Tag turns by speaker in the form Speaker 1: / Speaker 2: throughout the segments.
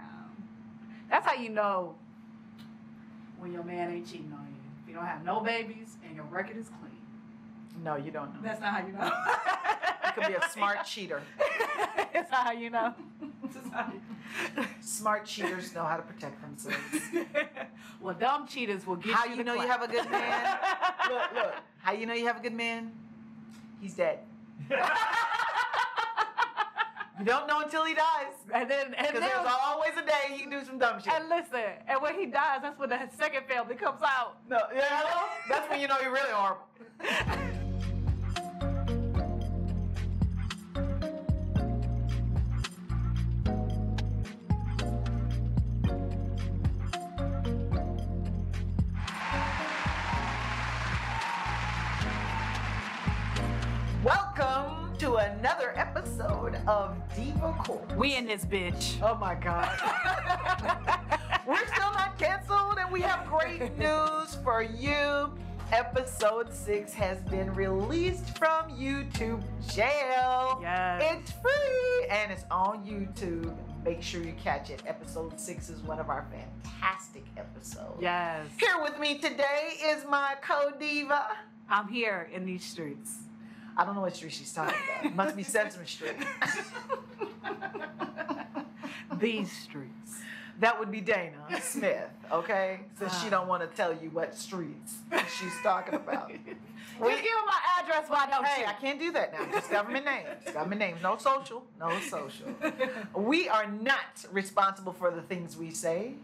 Speaker 1: Um, That's how you know when your man ain't cheating on you. If you don't have no babies and your record is clean.
Speaker 2: No, you don't know.
Speaker 1: That's not how you know.
Speaker 2: You could be a smart cheater.
Speaker 1: That's not how you know. That's how you-
Speaker 2: Smart cheaters know how to protect themselves.
Speaker 1: well, dumb cheaters will get
Speaker 2: How
Speaker 1: you.
Speaker 2: you
Speaker 1: the
Speaker 2: know you
Speaker 1: clap.
Speaker 2: have a good man? look, look. How you know you have a good man? He's dead. You don't know until he dies.
Speaker 1: and then, and
Speaker 2: Because there's
Speaker 1: then,
Speaker 2: always a day he can do some dumb shit.
Speaker 1: and listen, and when he dies, that's when the second family comes out.
Speaker 2: No, yeah, hello? That's when you know you're really horrible. Welcome to another episode of Diva Court.
Speaker 1: We in this bitch.
Speaker 2: Oh my God. We're still not canceled, and we have great news for you. Episode 6 has been released from YouTube jail.
Speaker 1: yes.
Speaker 2: It's free and it's on YouTube. Make sure you catch it. Episode 6 is one of our fantastic episodes.
Speaker 1: yes.
Speaker 2: Here with me today is my co diva.
Speaker 1: I'm here in these streets.
Speaker 2: I don't know what street she's talking about. Must be Sesame Street.
Speaker 1: These streets.
Speaker 2: That would be Dana Smith, okay? Since she
Speaker 1: Ah.
Speaker 2: don't want to tell you what streets she's talking about.
Speaker 1: We give them my address, why don't
Speaker 2: Hey,
Speaker 1: you?
Speaker 2: I can't do that now. Just government names. Government names. No social. No social. We are not responsible for the things we say.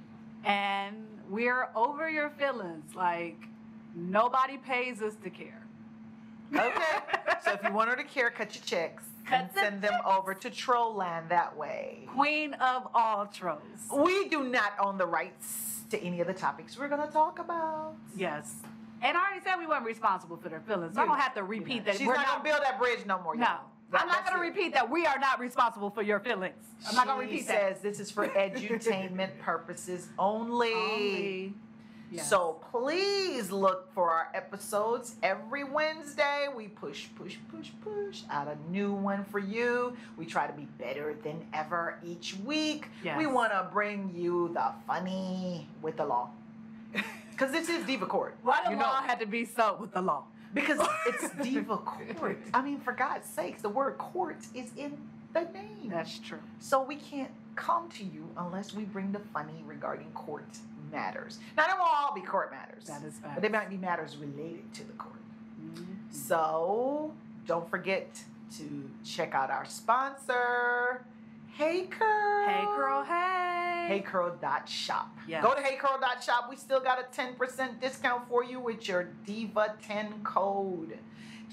Speaker 1: and we're over your feelings. Like nobody pays us to care.
Speaker 2: Okay. so if you want her to care, cut your checks and
Speaker 1: Cut the
Speaker 2: send them
Speaker 1: checks.
Speaker 2: over to Troll Land that way.
Speaker 1: Queen of all trolls.
Speaker 2: We do not own the rights to any of the topics we're going to talk about.
Speaker 1: Yes. And I already said we weren't responsible for their feelings. So I
Speaker 2: You're
Speaker 1: don't have to
Speaker 2: You're
Speaker 1: repeat
Speaker 2: not-
Speaker 1: that.
Speaker 2: She's
Speaker 1: we're
Speaker 2: not, going to build that bridge no more.
Speaker 1: No.
Speaker 2: y'all. That-
Speaker 1: I'm not
Speaker 2: that's
Speaker 1: going to
Speaker 2: it.
Speaker 1: repeat that we are not responsible for your feelings. I'm not going to
Speaker 2: She
Speaker 1: repeat that.
Speaker 2: says this is for edutainment purposes only.
Speaker 1: Only- Yes.
Speaker 2: So please look for our episodes every Wednesday. We push, push, push, push out a new one for you. We try to be better than ever each week.
Speaker 1: Yes.
Speaker 2: We want to bring you the funny with the law. Because this is Diva Court.
Speaker 1: why the
Speaker 2: you
Speaker 1: law
Speaker 2: know.
Speaker 1: had to be so with the law?
Speaker 2: Because it's Diva Court. I mean, for God's sakes, the word court is in the name.
Speaker 1: That's true.
Speaker 2: So we can't come to you unless we bring the funny regarding court matters. Now, they won't all be court matters,
Speaker 1: That is fact.
Speaker 2: but they might be matters related to the court.
Speaker 1: Mhm.
Speaker 2: So don't forget to check out our sponsor, Hey Curl.
Speaker 1: Hey, girl. Hey.
Speaker 2: HeyCurl.shop.
Speaker 1: Yes.
Speaker 2: Go to HeyCurl.shop. We still got a 10% discount for you with your Diva10 code.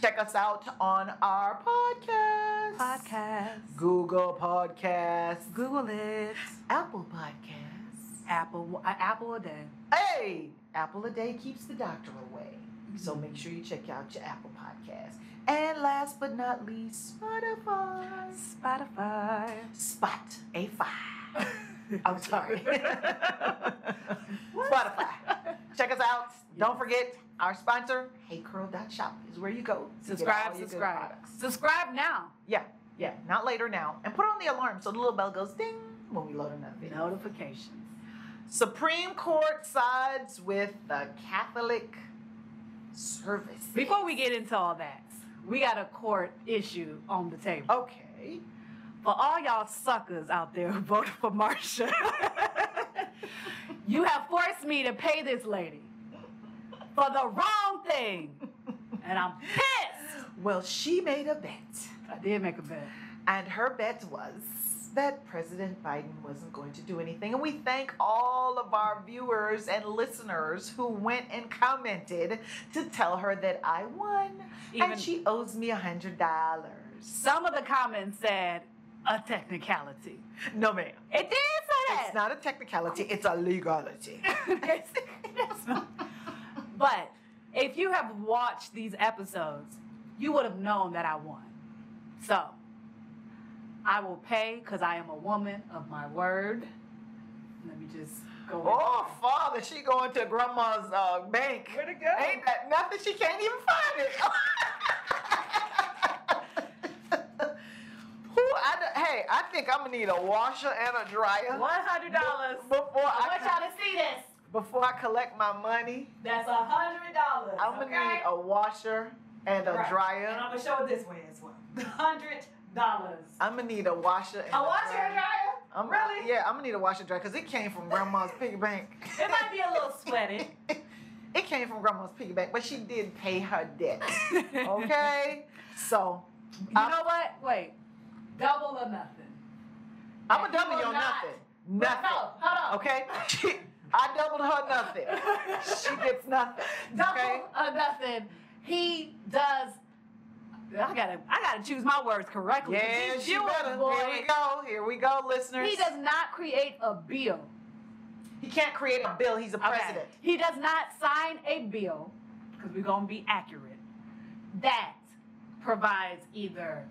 Speaker 2: Check us out on our podcast.
Speaker 1: Podcast.
Speaker 2: Google Podcasts.
Speaker 1: Google it.
Speaker 2: Apple Podcasts.
Speaker 1: Apple. Uh, Apple a day.
Speaker 2: Hey, Apple a day keeps the doctor away. So make sure you check out your Apple Podcast. And last but not least, Spotify.
Speaker 1: Spotify.
Speaker 2: Spot a five. I'm sorry. Spotify. Check us out. Don't
Speaker 1: Yes.
Speaker 2: forget our sponsor, HeyCurl.shop is where you go. to get
Speaker 1: Subscribe.
Speaker 2: all your good
Speaker 1: Subscribe.
Speaker 2: products.
Speaker 1: Subscribe now.
Speaker 2: Yeah, yeah. Not later now. And put on the alarm so the little bell goes ding when we load another video.
Speaker 1: Notifications.
Speaker 2: Supreme Court sides with the Catholic service.
Speaker 1: Before we get into all that, we got a court issue on the
Speaker 2: Oh.
Speaker 1: table.
Speaker 2: Okay.
Speaker 1: For all y'all suckers out there who voted for Marsha, you have forced me to pay this lady for the wrong thing. And I'm pissed.
Speaker 2: Well, she made a bet.
Speaker 1: I did make a bet.
Speaker 2: And her bet was that President Biden wasn't going to do anything. And we thank all of our viewers and listeners who went and commented to tell her that I won.
Speaker 1: Even
Speaker 2: and she owes me a hundred dollars.
Speaker 1: some of the comments said a technicality.
Speaker 2: No ma'am.
Speaker 1: It did say that.
Speaker 2: It's not a technicality, it's a legality.
Speaker 1: but if you have watched these episodes, you would have known that I won. So I will pay because I am a woman of my word. Let me just go.
Speaker 2: Oh, father, she going to grandma's uh, bank.
Speaker 1: Where'd it go?
Speaker 2: Ain't that nothing? She can't even find it. Who? I, d- hey, I think I'm gonna need a washer and a dryer
Speaker 1: One hundred dollars.
Speaker 2: before I before I collect my money,
Speaker 1: That's a hundred dollars.
Speaker 2: I'm gonna
Speaker 1: okay?
Speaker 2: need a washer and a
Speaker 1: Right. And
Speaker 2: dryer.
Speaker 1: I'm gonna show it this way as well. Hundred dollars.
Speaker 2: I'm gonna need a washer. And
Speaker 1: A washer and
Speaker 2: dryer.
Speaker 1: dryer?
Speaker 2: I'm,
Speaker 1: Really?
Speaker 2: Yeah, I'm gonna need a washer and dryer because it came from grandma's piggy bank.
Speaker 1: It might be a little sweaty.
Speaker 2: it came from grandma's piggy bank, but she did pay her debt. Okay, so
Speaker 1: You know what? Wait. Double or nothing.
Speaker 2: I'm a
Speaker 1: You
Speaker 2: double
Speaker 1: will
Speaker 2: your
Speaker 1: not-
Speaker 2: nothing, nothing.
Speaker 1: No, hold on.
Speaker 2: Okay, I doubled her nothing. She gets nothing.
Speaker 1: Double
Speaker 2: Okay.
Speaker 1: or nothing. He does. I gotta, I gotta choose my words correctly. 'cause
Speaker 2: Yeah,
Speaker 1: these
Speaker 2: she
Speaker 1: viewers,
Speaker 2: better. Here we
Speaker 1: boy.
Speaker 2: go. Here we go, listeners.
Speaker 1: He does not create a bill.
Speaker 2: He can't create a bill. He's a
Speaker 1: Okay.
Speaker 2: president.
Speaker 1: He does not sign a bill, because we're going to be accurate, that provides either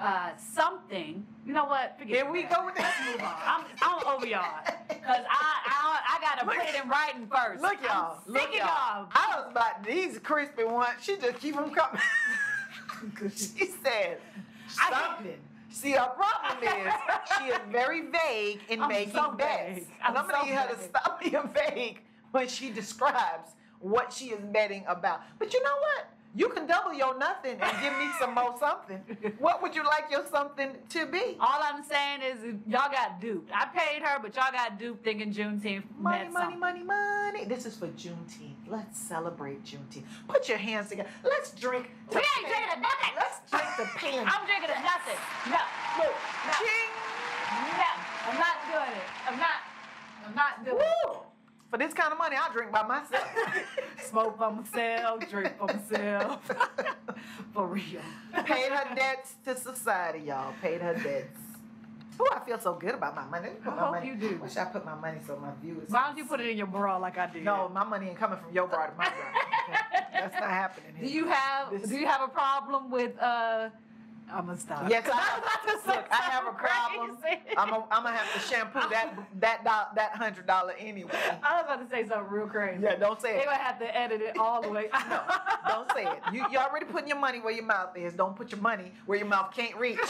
Speaker 1: uh, something. You know what? Forget
Speaker 2: Here we
Speaker 1: that.
Speaker 2: go with that.
Speaker 1: Let's move on. I'm, I'm over y'all. Because I, I, I got to
Speaker 2: Look-
Speaker 1: put it in writing first.
Speaker 2: Look, y'all.
Speaker 1: I'm
Speaker 2: Look,
Speaker 1: sick of
Speaker 2: y'all. I was about these crispy ones. She just keep them coming. she said
Speaker 1: I can't-
Speaker 2: something. See, her problem is she is very vague in
Speaker 1: I'm
Speaker 2: making
Speaker 1: so
Speaker 2: bets.
Speaker 1: vague. I'm
Speaker 2: and I'm gonna
Speaker 1: so
Speaker 2: need her to
Speaker 1: vague.
Speaker 2: stop being vague when she describes what she is betting about. But you know what? You can double your nothing and give me some more something. What would you like your something to be?
Speaker 1: All I'm saying is y'all got duped. I paid her, but y'all got duped thinking Juneteenth
Speaker 2: Money,
Speaker 1: meant
Speaker 2: money,
Speaker 1: something.
Speaker 2: money, money. This is for Juneteenth. Let's celebrate Juneteenth. Put your hands together. Let's drink.
Speaker 1: We
Speaker 2: to
Speaker 1: ain't
Speaker 2: pan-
Speaker 1: drinking nothing.
Speaker 2: Let's drink the pan.
Speaker 1: I'm drinking of nothing. No.
Speaker 2: Look,
Speaker 1: No. No, I'm not doing it. I'm not. I'm not
Speaker 2: Ching.
Speaker 1: doing
Speaker 2: Woo! For this kind of money, I'll drink by myself.
Speaker 1: it. Smoke by myself, drink by myself. For real.
Speaker 2: Paid her debts to society, y'all. Paid her debts. Oh, I feel so good about my money. Let me put
Speaker 1: I
Speaker 2: my
Speaker 1: hope
Speaker 2: money-
Speaker 1: you do.
Speaker 2: Where should I put my money so my viewers?
Speaker 1: Why don't you put it in your bra like I did?
Speaker 2: No, my money ain't coming from your bra to my bra. Okay? That's not happening. Here.
Speaker 1: Do you have
Speaker 2: This-
Speaker 1: Do you have a problem with uh? I'm gonna stop.
Speaker 2: Yes, I
Speaker 1: 'Cause
Speaker 2: have-
Speaker 1: was about to say
Speaker 2: look, I have a
Speaker 1: something
Speaker 2: problem.
Speaker 1: crazy.
Speaker 2: I'm gonna I'm have to shampoo that that do- that hundred dollar anyway.
Speaker 1: I was about to say something real crazy.
Speaker 2: Yeah, don't say
Speaker 1: They
Speaker 2: it.
Speaker 1: would have to edit it all the way.
Speaker 2: No, don't say it. You you already putting your money where your mouth is. Don't put your money where your mouth can't reach.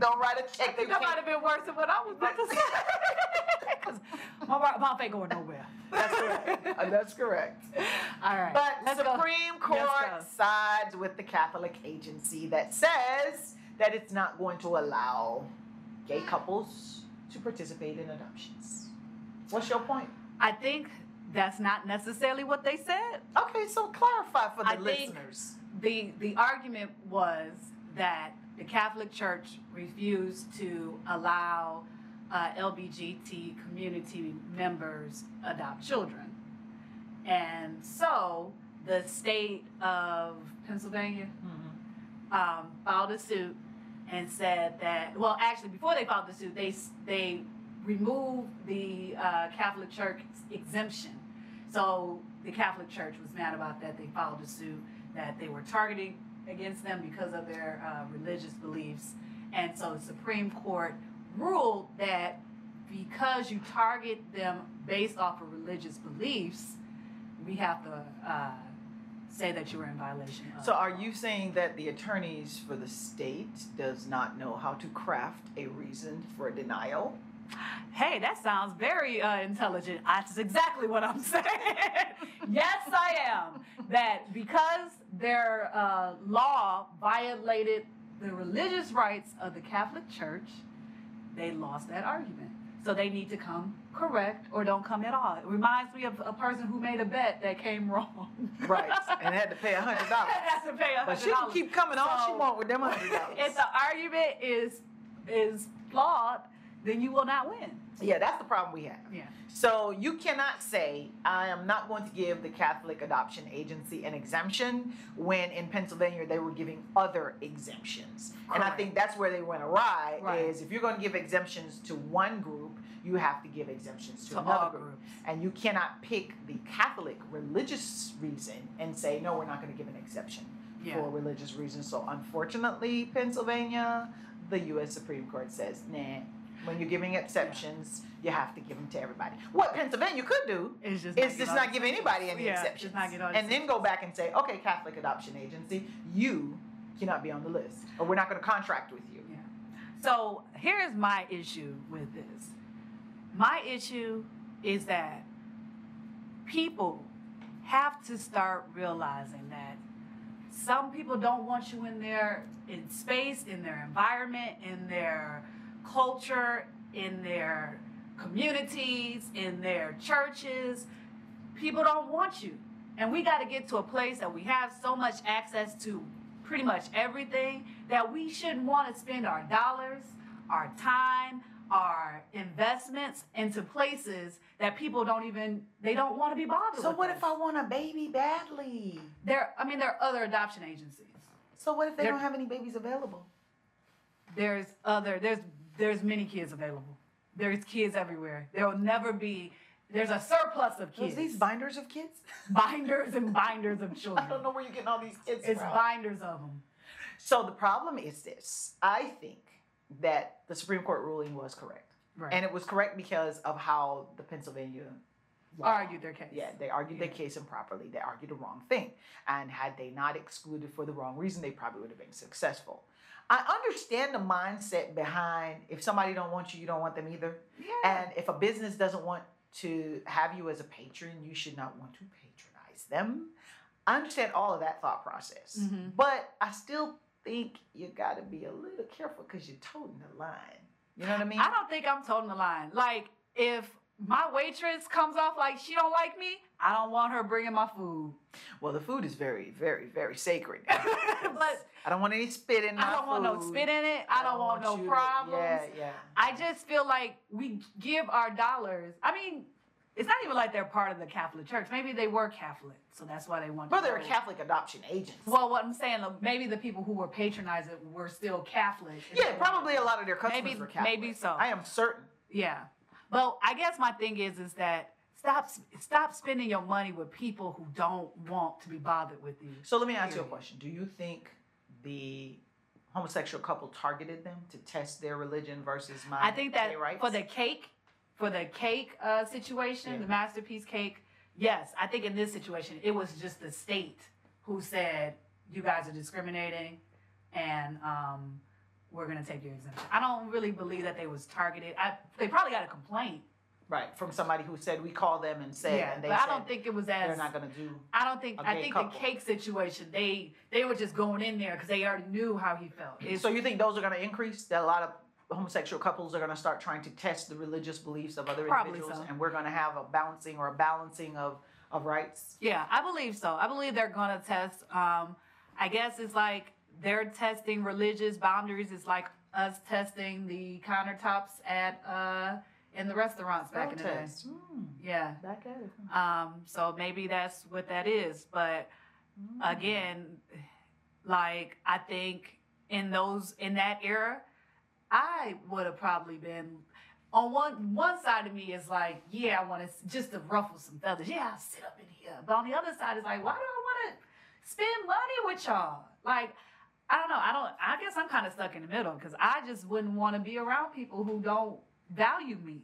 Speaker 2: don't write a check that you
Speaker 1: That might
Speaker 2: can't.
Speaker 1: have been worse than what I was about to say. 'Cause my bra- mouth ain't going nowhere.
Speaker 2: That's correct. Uh, That's correct.
Speaker 1: All right.
Speaker 2: But
Speaker 1: Let's go.
Speaker 2: Supreme Court
Speaker 1: go.
Speaker 2: sides with the Catholic agency that says that it's not going to allow gay couples to participate in adoptions. What's your point?
Speaker 1: I think that's not necessarily what they said.
Speaker 2: Okay, so clarify for the
Speaker 1: I think-
Speaker 2: listeners.
Speaker 1: The the argument was that the Catholic Church refused to allow uh, LGBT community members adopt children, and so the state of Pennsylvania um, filed a suit and said that. Well, actually, before they filed the suit, they s- they removed the uh, Catholic Church exemption. So the Catholic Church was mad about that. They filed a suit that they were targeting against them because of their uh, religious beliefs, and so the Supreme Court ruled that because you target them based off of religious beliefs, we have to uh, say that you were in violation. Of
Speaker 2: So are you saying that the attorneys for the state does not know how to craft a reason for denial?
Speaker 1: Hey, that sounds very uh, intelligent. That's exactly what I'm saying. yes, I am. That because their uh, law violated the religious rights of the Catholic Church, they lost that argument. So they need to come correct or don't come at all. It reminds me of a person who made a bet that came wrong.
Speaker 2: Right, and had to pay a hundred dollars.
Speaker 1: Has to pay
Speaker 2: But she can
Speaker 1: $100.
Speaker 2: keep coming all she
Speaker 1: So-
Speaker 2: want with them hundred
Speaker 1: if
Speaker 2: dollars.
Speaker 1: the argument is is flawed, then you will not win.
Speaker 2: Yeah, that's the problem we have.
Speaker 1: Yeah.
Speaker 2: So you cannot say, I am not going to give the Catholic Adoption Agency an exemption when in Pennsylvania they were giving other exemptions. And I
Speaker 1: Correct.
Speaker 2: think that's where they went awry
Speaker 1: Right.
Speaker 2: is if you're going to give exemptions to one group, you have to give exemptions to,
Speaker 1: To
Speaker 2: another
Speaker 1: all
Speaker 2: group.
Speaker 1: groups.
Speaker 2: And you cannot pick the Catholic religious reason and say, no, we're not going to give an exception
Speaker 1: Yeah.
Speaker 2: for religious reasons. So unfortunately, Pennsylvania, the U.S. Supreme Court says, nah. When you're giving exceptions, you have to give them to everybody. What Pennsylvania could do
Speaker 1: It's just
Speaker 2: is
Speaker 1: give
Speaker 2: just
Speaker 1: all
Speaker 2: not
Speaker 1: the
Speaker 2: give
Speaker 1: sections.
Speaker 2: anybody any
Speaker 1: yeah,
Speaker 2: exceptions,
Speaker 1: Just not get all the
Speaker 2: and then go back and say, okay, Catholic Adoption Agency, you cannot be on the list, or we're not going to contract with you.
Speaker 1: sections. So here's my issue with this. My issue is that people have to start realizing that some people don't want you in their in space, in their environment, in their culture, in their communities, in their churches. People don't want you. And we got to get to a place that we have so much access to pretty much everything that we shouldn't want to spend our dollars, our time, our investments into places that people don't even they don't want to be bothered
Speaker 2: So
Speaker 1: with
Speaker 2: what
Speaker 1: us.
Speaker 2: if I want a baby badly?
Speaker 1: There, I mean, there are other adoption agencies.
Speaker 2: So what if they
Speaker 1: They're-
Speaker 2: don't have any babies available?
Speaker 1: There's other. There's there's many kids available. There's kids everywhere. There will never be. There's a surplus of
Speaker 2: Those
Speaker 1: kids.
Speaker 2: these binders of kids?
Speaker 1: binders and binders of children.
Speaker 2: I don't know where you're getting all these kids
Speaker 1: It's
Speaker 2: from.
Speaker 1: binders of them.
Speaker 2: So the problem is this. I think that the Supreme Court ruling was correct.
Speaker 1: Right.
Speaker 2: And it was correct because of how the Pennsylvania law-
Speaker 1: argue their case.
Speaker 2: Yeah, they argued their
Speaker 1: Yeah.
Speaker 2: case improperly. They argued the wrong thing. And had they not excluded for the wrong reason, they probably would have been successful. I understand the mindset behind if somebody don't want you, you don't want them either.
Speaker 1: Yeah.
Speaker 2: And if a business doesn't want to have you as a patron, you should not want to patronize them. I understand all of that thought process,
Speaker 1: Mhm.
Speaker 2: but I still think you got to be a little careful because you're toting the line. You know what I mean?
Speaker 1: I don't think I'm toting the line. Like if my waitress comes off like she don't like me, I don't want her bringing my food.
Speaker 2: well, the food is very, very, very sacred.
Speaker 1: But-
Speaker 2: I don't want any spit in my
Speaker 1: I don't want no
Speaker 2: food.
Speaker 1: spit in it. I, don't, want,
Speaker 2: you
Speaker 1: no
Speaker 2: to-
Speaker 1: problems.
Speaker 2: Yeah, yeah.
Speaker 1: I just feel like we give our dollars. I mean, it's not even like they're part of the Catholic Church. Maybe they were Catholic, so that's why they want.
Speaker 2: But they're a
Speaker 1: go.
Speaker 2: Catholic adoption agency.
Speaker 1: Oh. Well, what I'm saying, like, maybe the people who were patronizing were still Catholic. and
Speaker 2: yeah,
Speaker 1: they
Speaker 2: probably
Speaker 1: were-
Speaker 2: a lot of their customers
Speaker 1: Maybe-
Speaker 2: were Catholic.
Speaker 1: maybe so.
Speaker 2: I am certain.
Speaker 1: Yeah, but I guess my thing is, is that stop, stop spending your money with people who don't want to be bothered with you.
Speaker 2: So let me ask you a
Speaker 1: Period.
Speaker 2: question. Do you think the homosexual couple targeted them to test their religion versus my
Speaker 1: I think that
Speaker 2: gay rights?
Speaker 1: for the cake, for the cake uh, situation,
Speaker 2: Yeah.
Speaker 1: the masterpiece cake, yes, I think in this situation it was just the state who said you guys are discriminating, and um, we're gonna take your exemption. I don't really believe that they was targeted. I they probably got a complaint.
Speaker 2: right from somebody who said we call them and said
Speaker 1: yeah,
Speaker 2: and they
Speaker 1: but I
Speaker 2: said
Speaker 1: don't think it was
Speaker 2: they're
Speaker 1: as.
Speaker 2: not going to do
Speaker 1: I don't think.
Speaker 2: a
Speaker 1: I
Speaker 2: gay
Speaker 1: think the
Speaker 2: couple.
Speaker 1: cake situation. They they were just going in there because they already knew how he felt. It's-
Speaker 2: so you think those are going to increase that a lot of homosexual couples are going to start trying to test the religious beliefs of other
Speaker 1: Probably
Speaker 2: individuals
Speaker 1: so.
Speaker 2: and we're going to have a balancing or a balancing of of rights
Speaker 1: Yeah, I believe so. I believe they're gonna test. Um, I guess it's like they're testing religious boundaries. It's like us testing the countertops at uh in the restaurants back in the day.
Speaker 2: Protest. Hmm,
Speaker 1: Yeah.
Speaker 2: back at it.
Speaker 1: Um, so maybe that's what that is. But
Speaker 2: Hmm.
Speaker 1: again, like I think in those in that era, I would have probably been on one one side of me is like, yeah, I want to just to ruffle some feathers. Yeah, I'll sit up in here. But on the other side is like, why do I want to spend money with y'all? Like, I don't know. I don't. I guess I'm kind of stuck in the middle because I just wouldn't want to be around people who don't value me.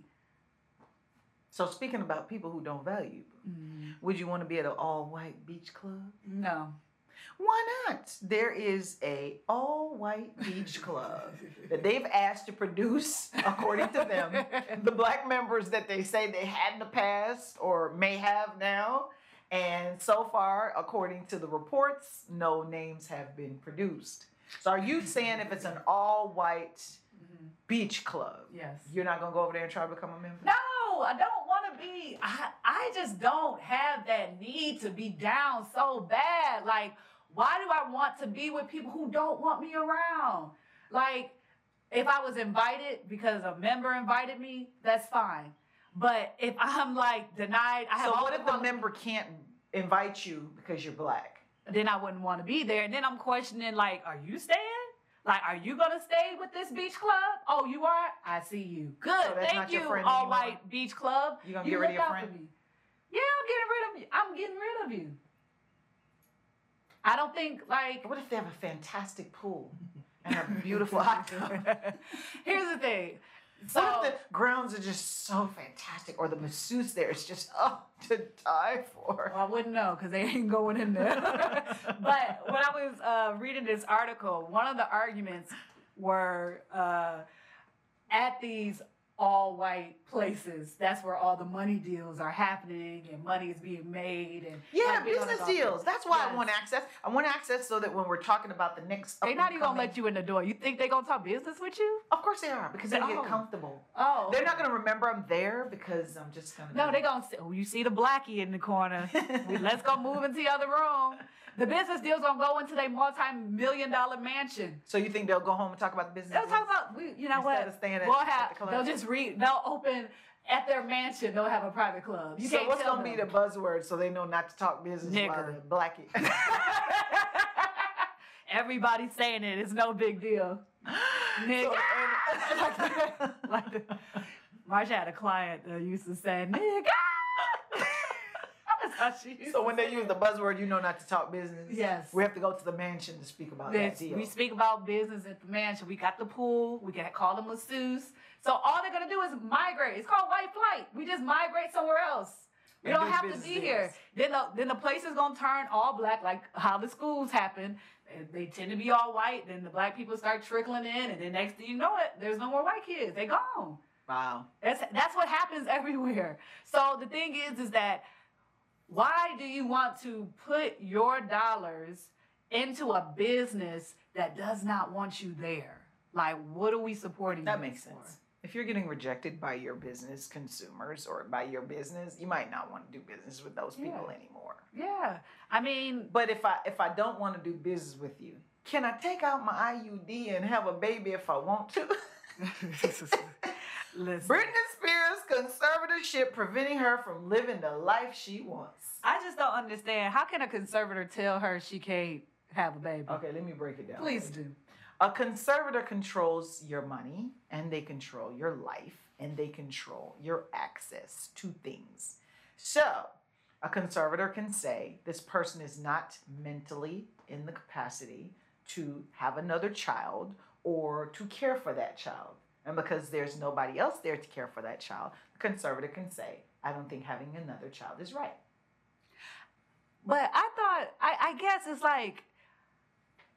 Speaker 2: so speaking about people who don't value you, would you want to be at an all white beach club
Speaker 1: Mm, No.
Speaker 2: Why not? There is a all-white beach club that they've asked to produce, according to them,
Speaker 1: Mm-hmm.
Speaker 2: the black members that they say they had in the past or may have now. And so far, according to the reports, no names have been produced. So are you saying if it's an all-white
Speaker 1: Mhm.
Speaker 2: beach club,
Speaker 1: Yes.
Speaker 2: you're not gonna go over there and try to become a member?
Speaker 1: No, I don't want to be. I, I just don't have that need to be down so bad. Like, why do I want to be with people who don't want me around? Like, if I was invited because a member invited me, that's fine. But if I'm like denied, I have
Speaker 2: So
Speaker 1: all
Speaker 2: what
Speaker 1: the
Speaker 2: if the
Speaker 1: quali-
Speaker 2: member can't invite you because you're black?
Speaker 1: then I wouldn't want to be there. And then I'm questioning, like, are you staying? Like, are you gonna stay with this beach club? Oh, you are. I see you. Good.
Speaker 2: So that's
Speaker 1: Thank
Speaker 2: not your
Speaker 1: you,
Speaker 2: friend
Speaker 1: all
Speaker 2: anymore?
Speaker 1: white beach club.
Speaker 2: You gonna get rid
Speaker 1: look
Speaker 2: of your
Speaker 1: out for
Speaker 2: friend?
Speaker 1: me. Yeah, I'm getting rid of you. I'm getting rid of you. I don't think like
Speaker 2: But What if they have a fantastic pool and a beautiful hot tub?
Speaker 1: Here's the thing. So
Speaker 2: What if the grounds are just so fantastic, or the masseuse there is just up to die for?
Speaker 1: Well, I wouldn't know because they ain't going in there. but when I was uh, reading this article, one of the arguments were uh, at these all white places. That's where all the money deals are happening and money is being made and
Speaker 2: Yeah,
Speaker 1: like, we don't
Speaker 2: business
Speaker 1: know.
Speaker 2: deals. That's why I
Speaker 1: Yes.
Speaker 2: want access. I want access so that when we're talking about the next,
Speaker 1: They not even gonna let you in the door. You think they gonna talk business with you?
Speaker 2: Of course they are because they
Speaker 1: Oh.
Speaker 2: get comfortable.
Speaker 1: Oh,
Speaker 2: They're not gonna remember I'm there because I'm just gonna.
Speaker 1: No,
Speaker 2: be-
Speaker 1: they gonna say, oh, you see the blackie in the corner. We- Let's go move into the other room. The business deals gonna go into their multi-million dollar mansion.
Speaker 2: So you think they'll go home and talk about the business?
Speaker 1: They'll talk about we. You know
Speaker 2: Instead
Speaker 1: what?
Speaker 2: of staying at-
Speaker 1: we'll
Speaker 2: at
Speaker 1: have.
Speaker 2: the club.
Speaker 1: they'll just read. They'll open at their mansion. They'll have a private club. You
Speaker 2: so
Speaker 1: can't
Speaker 2: what's
Speaker 1: tell
Speaker 2: gonna be the
Speaker 1: them.
Speaker 2: buzzword so they know not to talk business while
Speaker 1: Nigger.
Speaker 2: they're blackie?
Speaker 1: Everybody's saying it. It's no big deal. Nigga.
Speaker 2: So, and-
Speaker 1: Like the, Marsha had a client that used to say, "Nigga." That's how she used
Speaker 2: so
Speaker 1: to
Speaker 2: when
Speaker 1: say
Speaker 2: they
Speaker 1: it.
Speaker 2: use the buzzword, you know not to talk business.
Speaker 1: Yes.
Speaker 2: We have to go to the mansion to speak about
Speaker 1: Yes,
Speaker 2: that deal.
Speaker 1: we speak about business at the mansion. We got the pool. We got call them masseuse. So all they're gonna do is migrate. It's called white flight. We just migrate somewhere else. We
Speaker 2: And
Speaker 1: don't
Speaker 2: do
Speaker 1: have to
Speaker 2: business
Speaker 1: be here.
Speaker 2: deals.
Speaker 1: Then the then the place is gonna turn all black, like how the schools happen. And They tend to be all white. Then the black people start trickling in, and then next thing you know it, there's no more white kids. They gone.
Speaker 2: wow.
Speaker 1: That's that's what happens everywhere. So the thing is, is that why do you want to put your dollars into a business that does not want you there? Like, what are we supporting?
Speaker 2: That
Speaker 1: you
Speaker 2: makes
Speaker 1: for?
Speaker 2: sense. If you're getting rejected by your business consumers or by your business, you might not want to do business with those people
Speaker 1: Yeah.
Speaker 2: anymore.
Speaker 1: Yeah, I mean,
Speaker 2: But if I if I don't want to do business with you, can I take out my IUD and have a baby if I want to?
Speaker 1: listen.
Speaker 2: Britney Spears conservatorship preventing her from living the life she wants.
Speaker 1: I just don't understand. How can a conservator tell her she can't have a baby?
Speaker 2: Okay, let me break it down.
Speaker 1: Please do.
Speaker 2: A conservator controls your money and they control your life and they control your access to things. So, a conservator can say this person is not mentally in the capacity to have another child or to care for that child. And because there's nobody else there to care for that child, the conservator can say, I don't think having another child is right.
Speaker 1: But I thought, I, I guess it's like,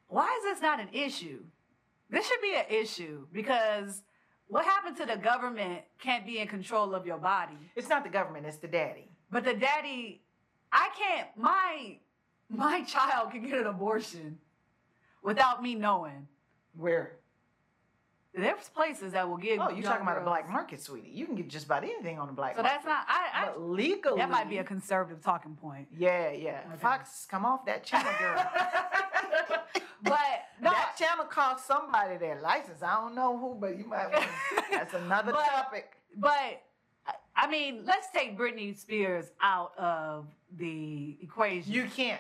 Speaker 1: why is this not an issue? This should be an issue because what happened to the government can't be in control of your body.
Speaker 2: It's not the government, it's the daddy.
Speaker 1: But the daddy, I can't, my, my child can get an abortion without me knowing.
Speaker 2: Where?
Speaker 1: There's places that will give.
Speaker 2: Oh, you're
Speaker 1: young
Speaker 2: talking about a
Speaker 1: girls-
Speaker 2: black market, sweetie. You can get just about anything on the black
Speaker 1: So
Speaker 2: market.
Speaker 1: that's not, I,
Speaker 2: but legally,
Speaker 1: I, that might be a conservative talking point.
Speaker 2: yeah, yeah.
Speaker 1: Okay.
Speaker 2: Fox, come off that channel, girl.
Speaker 1: but no,
Speaker 2: that channel cost somebody their license. I don't know who, but you might. Want that's another
Speaker 1: But-
Speaker 2: topic.
Speaker 1: But I- I mean, let's take Britney Spears out of the equation.
Speaker 2: You can't.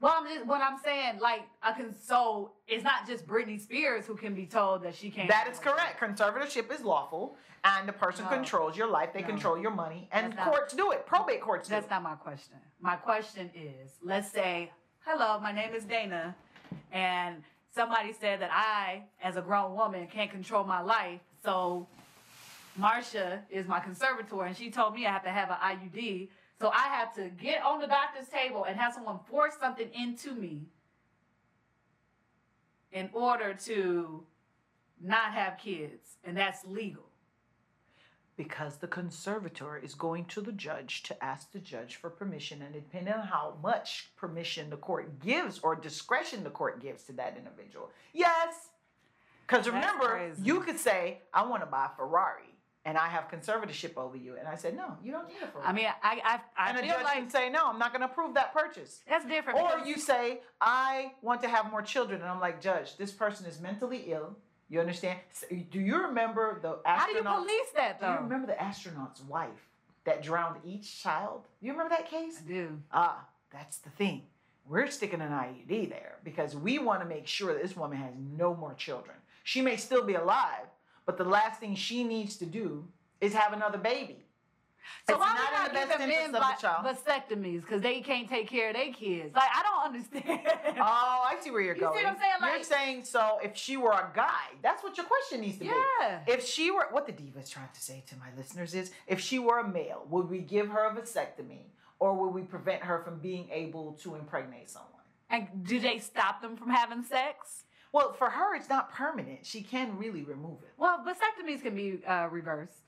Speaker 1: well, I'm just what I'm saying. Like, I can. So it's not just Britney Spears who can be told that she can't.
Speaker 2: That is correct. Conservatorship is lawful, and the person
Speaker 1: No.
Speaker 2: controls your life. They
Speaker 1: Oh. No.
Speaker 2: control your money, and
Speaker 1: That's not-
Speaker 2: courts do it. Probate courts do
Speaker 1: That's
Speaker 2: it.
Speaker 1: not my question. My question is, let's say, hello, my name is Dana, and somebody said that I, as a grown woman, can't control my life. So Marsha is my conservator, and she told me I have to have an IUD. So I have to get on the doctor's table and have someone force something into me in order to not have kids, and that's legal.
Speaker 2: because the conservator is going to the judge to ask the judge for permission and depending on how much permission the court gives or discretion the court gives to that individual yes because
Speaker 1: That's
Speaker 2: remember
Speaker 1: crazy.
Speaker 2: you could say i want to buy a ferrari and i have conservatorship over you and i said no you don't need a ferrari
Speaker 1: I mean, I I,
Speaker 2: and
Speaker 1: I
Speaker 2: a
Speaker 1: feel
Speaker 2: judge
Speaker 1: like
Speaker 2: can say no i'm not going to approve that purchase
Speaker 1: that's different.
Speaker 2: or
Speaker 1: because-
Speaker 2: you say i want to have more children and i'm like judge this person is mentally ill you understand S- do you remember the
Speaker 1: How do you
Speaker 2: astronaut-
Speaker 1: police that
Speaker 2: do
Speaker 1: though?
Speaker 2: you remember the astronaut's wife that drowned each child? Do you remember that case?
Speaker 1: I do.
Speaker 2: Ah, that's the thing. We're sticking an IUD there because we want to make sure that this woman has no more children. She may still be alive, but the last thing she needs to do is have another baby.
Speaker 1: So
Speaker 2: It's
Speaker 1: why we
Speaker 2: not in the
Speaker 1: not
Speaker 2: best
Speaker 1: giving
Speaker 2: interest
Speaker 1: men
Speaker 2: of the
Speaker 1: vi-
Speaker 2: child.
Speaker 1: vasectomies because they can't take care of their kids? Like I don't understand.
Speaker 2: Oh, I see where you're
Speaker 1: You see
Speaker 2: going.
Speaker 1: what I'm saying?
Speaker 2: you're
Speaker 1: Like-
Speaker 2: saying so if she were a guy, that's what your question needs to be.
Speaker 1: yeah.
Speaker 2: If she were, what the diva is trying to say to my listeners is, if she were a male, would we give her a vasectomy or would we prevent her from being able to impregnate someone?
Speaker 1: And do they stop them from having sex?
Speaker 2: Well, for her, it's not permanent. She can really remove it,
Speaker 1: Well, vasectomies can be uh, reversed.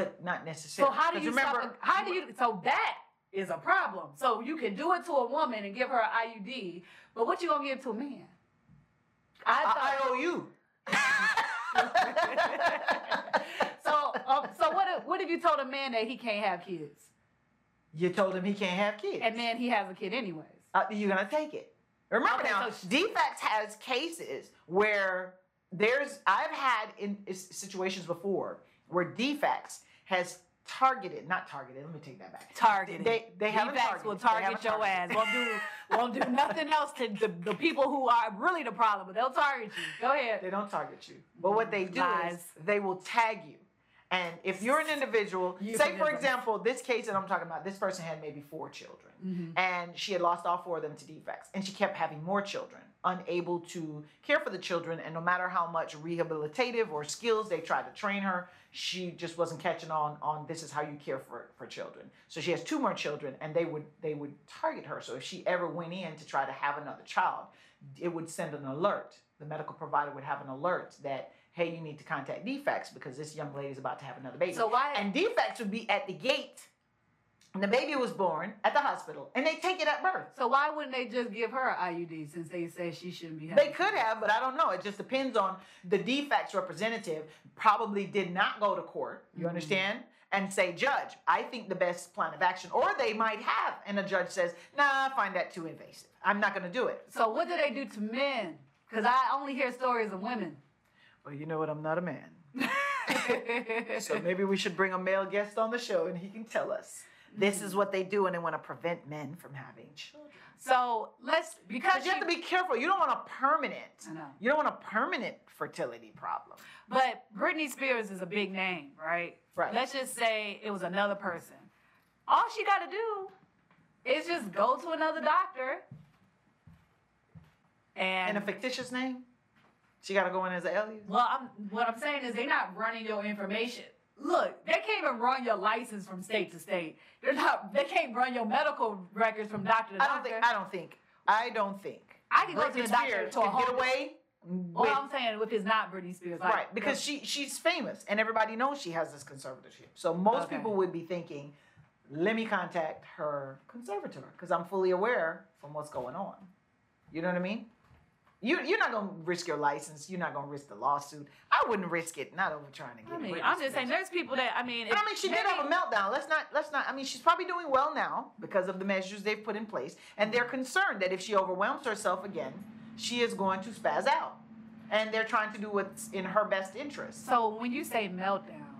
Speaker 2: but not
Speaker 1: So
Speaker 2: necessarily.
Speaker 1: how do
Speaker 2: 'Cause
Speaker 1: you
Speaker 2: remember?
Speaker 1: stop? A, how do you? So that is a problem. So you can do it to a woman and give her an IUD, but what you gonna give to a man? I thought.
Speaker 2: I, I owe you.
Speaker 1: so um, so what? If, what if you told a man that he can't have kids,
Speaker 2: you told him he can't have kids.
Speaker 1: and then he has a kid anyways?
Speaker 2: uh, you're gonna take it. Remember
Speaker 1: Okay,
Speaker 2: now,
Speaker 1: so sh-
Speaker 2: defects has cases where there's I've had in is- situations before where defects has targeted, not targeted. Let me take that back.
Speaker 1: Targeted.
Speaker 2: They they haven't
Speaker 1: Facts
Speaker 2: targeted.
Speaker 1: will
Speaker 2: They haven't
Speaker 1: target your ass.
Speaker 2: targeted.
Speaker 1: Won't do won't do nothing else to the, the people who are really the problem, but they'll target you. Go ahead.
Speaker 2: They don't target you, but what they do is
Speaker 1: Lies.
Speaker 2: they will tag you. And if you're an individual,
Speaker 1: You
Speaker 2: say
Speaker 1: can
Speaker 2: for
Speaker 1: never-
Speaker 2: example, this case that I'm talking about, this person had maybe four children.
Speaker 1: Mhm.
Speaker 2: and she had lost all four of them to defects and she kept having more children unable to care for the children and no matter how much rehabilitative or skills they tried to train her she just wasn't catching on on this is how you care for for children so she has two more children and they would they would target her so if she ever went in to try to have another child it would send an alert the medical provider would have an alert that hey you need to contact defects because this young lady is about to have another baby
Speaker 1: So why?
Speaker 2: and defects would be at the gate. And the baby was born at the hospital, and they take it at birth.
Speaker 1: so why wouldn't they just give her an IUD since they said she shouldn't be?
Speaker 2: They
Speaker 1: having
Speaker 2: could
Speaker 1: kids?
Speaker 2: have, but I don't know. It just depends on the defects representative. Probably did not go to court. You
Speaker 1: Mhm.
Speaker 2: understand? And say, judge, I think the best plan of action, or they might have, and the judge says, nah, I find that too invasive. I'm not going to do it.
Speaker 1: So what do they do to men? Because I only hear stories of women.
Speaker 2: Well, you know what? I'm not a man. So maybe we should bring a male guest on the show, and he can tell us. This
Speaker 1: Mm-hmm.
Speaker 2: is what they do, and they want to prevent men from having children.
Speaker 1: So let's because
Speaker 2: But you have to be careful. You don't want a permanent.
Speaker 1: I know.
Speaker 2: You don't want a permanent fertility problem.
Speaker 1: But Britney Spears is a big name, right?
Speaker 2: Right.
Speaker 1: Let's just say it was another person. All she got to do is just go to another doctor. And,
Speaker 2: And a fictitious name? She got to go in as a LU?
Speaker 1: well, I'm, what I'm saying is they're not running your information. Look, they can't even run your license from state to state. They're not. They can't run your medical records from doctor to
Speaker 2: I
Speaker 1: doctor.
Speaker 2: don't think. I don't think. I don't think.
Speaker 1: I could go to the doctor to a
Speaker 2: can get
Speaker 1: whole-
Speaker 2: away
Speaker 1: well,
Speaker 2: with,
Speaker 1: I'm saying if it's not Britney Spears, like,
Speaker 2: right because she she's famous and everybody knows she has this conservatorship. So most
Speaker 1: Okay.
Speaker 2: people would be thinking, let me contact her conservator because I'm fully aware from what's going on. You know what I mean? You, you're not gonna risk your license. You're not gonna risk the lawsuit. I wouldn't risk it. Not over trying to get.
Speaker 1: I mean,
Speaker 2: Britney
Speaker 1: I'm just
Speaker 2: Spears.
Speaker 1: saying there's people that I mean.
Speaker 2: But I
Speaker 1: if-
Speaker 2: mean, she did
Speaker 1: maybe-
Speaker 2: have a meltdown. Let's not, let's not. I mean, she's probably doing well now because of the measures they've put in place, and they're concerned that if she overwhelms herself again, she is going to spaz out, and they're trying to do what's in her best interest.
Speaker 1: So when you say meltdown,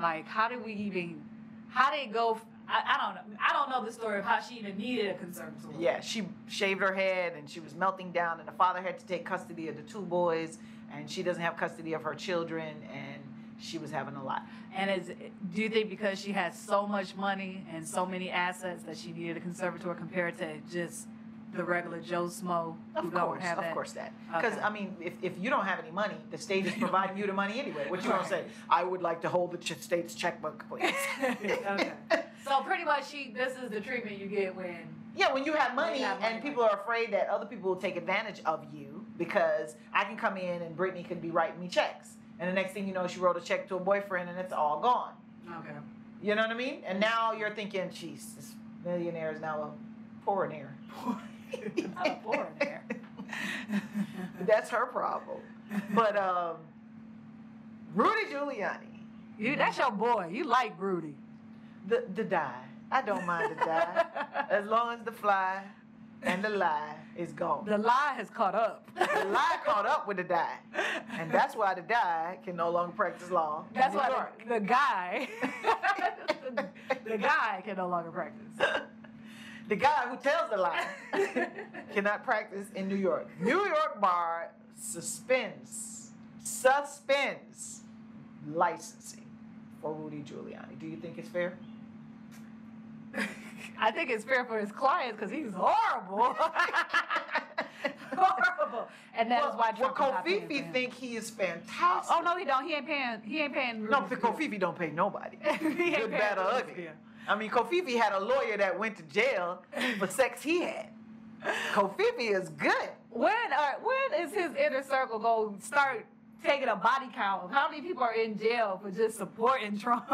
Speaker 1: like how did we even, how did it go? f- I, I don't know. I don't know the story of how she even needed a conservatory.
Speaker 2: Yeah, she shaved her head and she was melting down, and the father had to take custody of the two boys, and she doesn't have custody of her children, and she was having a lot.
Speaker 1: And is do you think because she has so much money and so many assets that she needed a conservatory compared to just the regular Joe Smo who
Speaker 2: Of
Speaker 1: don't
Speaker 2: course,
Speaker 1: have
Speaker 2: of
Speaker 1: that?
Speaker 2: course that. Because
Speaker 1: Okay.
Speaker 2: I mean, if, if you don't have any money, the state is providing you the money anyway. What you gonna say?
Speaker 1: Right.
Speaker 2: I would like to hold the ch- state's checkbook, please.
Speaker 1: okay. So pretty much she this is the treatment you get when
Speaker 2: yeah, when you have
Speaker 1: When
Speaker 2: money
Speaker 1: you have money,
Speaker 2: and people are afraid that other people will take advantage of you because I can come in and Brittany could be writing me checks, and the next thing you know, she wrote a check to a boyfriend and it's all gone.
Speaker 1: Okay.
Speaker 2: You know what I mean? And now you're thinking, jeez, this millionaire is now a poorinaire.
Speaker 1: Not a foreigner.
Speaker 2: That's her problem. But um, Rudy Giuliani.
Speaker 1: You that's your boy. You like Broody.
Speaker 2: The, the die. I don't mind the die. as long as the fly and the lie is gone.
Speaker 1: The lie has caught up.
Speaker 2: The lie caught up with the die. And that's why the die can no longer practice law. in
Speaker 1: That's
Speaker 2: New
Speaker 1: why
Speaker 2: York.
Speaker 1: the, the guy, the guy can no longer practice.
Speaker 2: The guy who tells the lie cannot practice in New York. New York bar suspends, suspends licensing for Rudy Giuliani. Do you think it's fair?
Speaker 1: I think it's fair for his clients because he's horrible, horrible, and that's
Speaker 2: well,
Speaker 1: why Trump
Speaker 2: well,
Speaker 1: is not paying for
Speaker 2: Kofifi
Speaker 1: him.
Speaker 2: think he is fantastic.
Speaker 1: Oh no, he don't. He ain't paying. He ain't paying.
Speaker 2: No,
Speaker 1: Rudy Giuliani.
Speaker 2: Kofifi don't pay nobody.
Speaker 1: he ain't
Speaker 2: Good,
Speaker 1: paying
Speaker 2: bad, or
Speaker 1: Rudy
Speaker 2: ugly. I mean, Kofifi had a lawyer that went to jail for sex he had. Kofifi is good.
Speaker 1: Giuliani. When are when is his inner circle going to start taking a body count of how many people are in jail for just supporting Trump?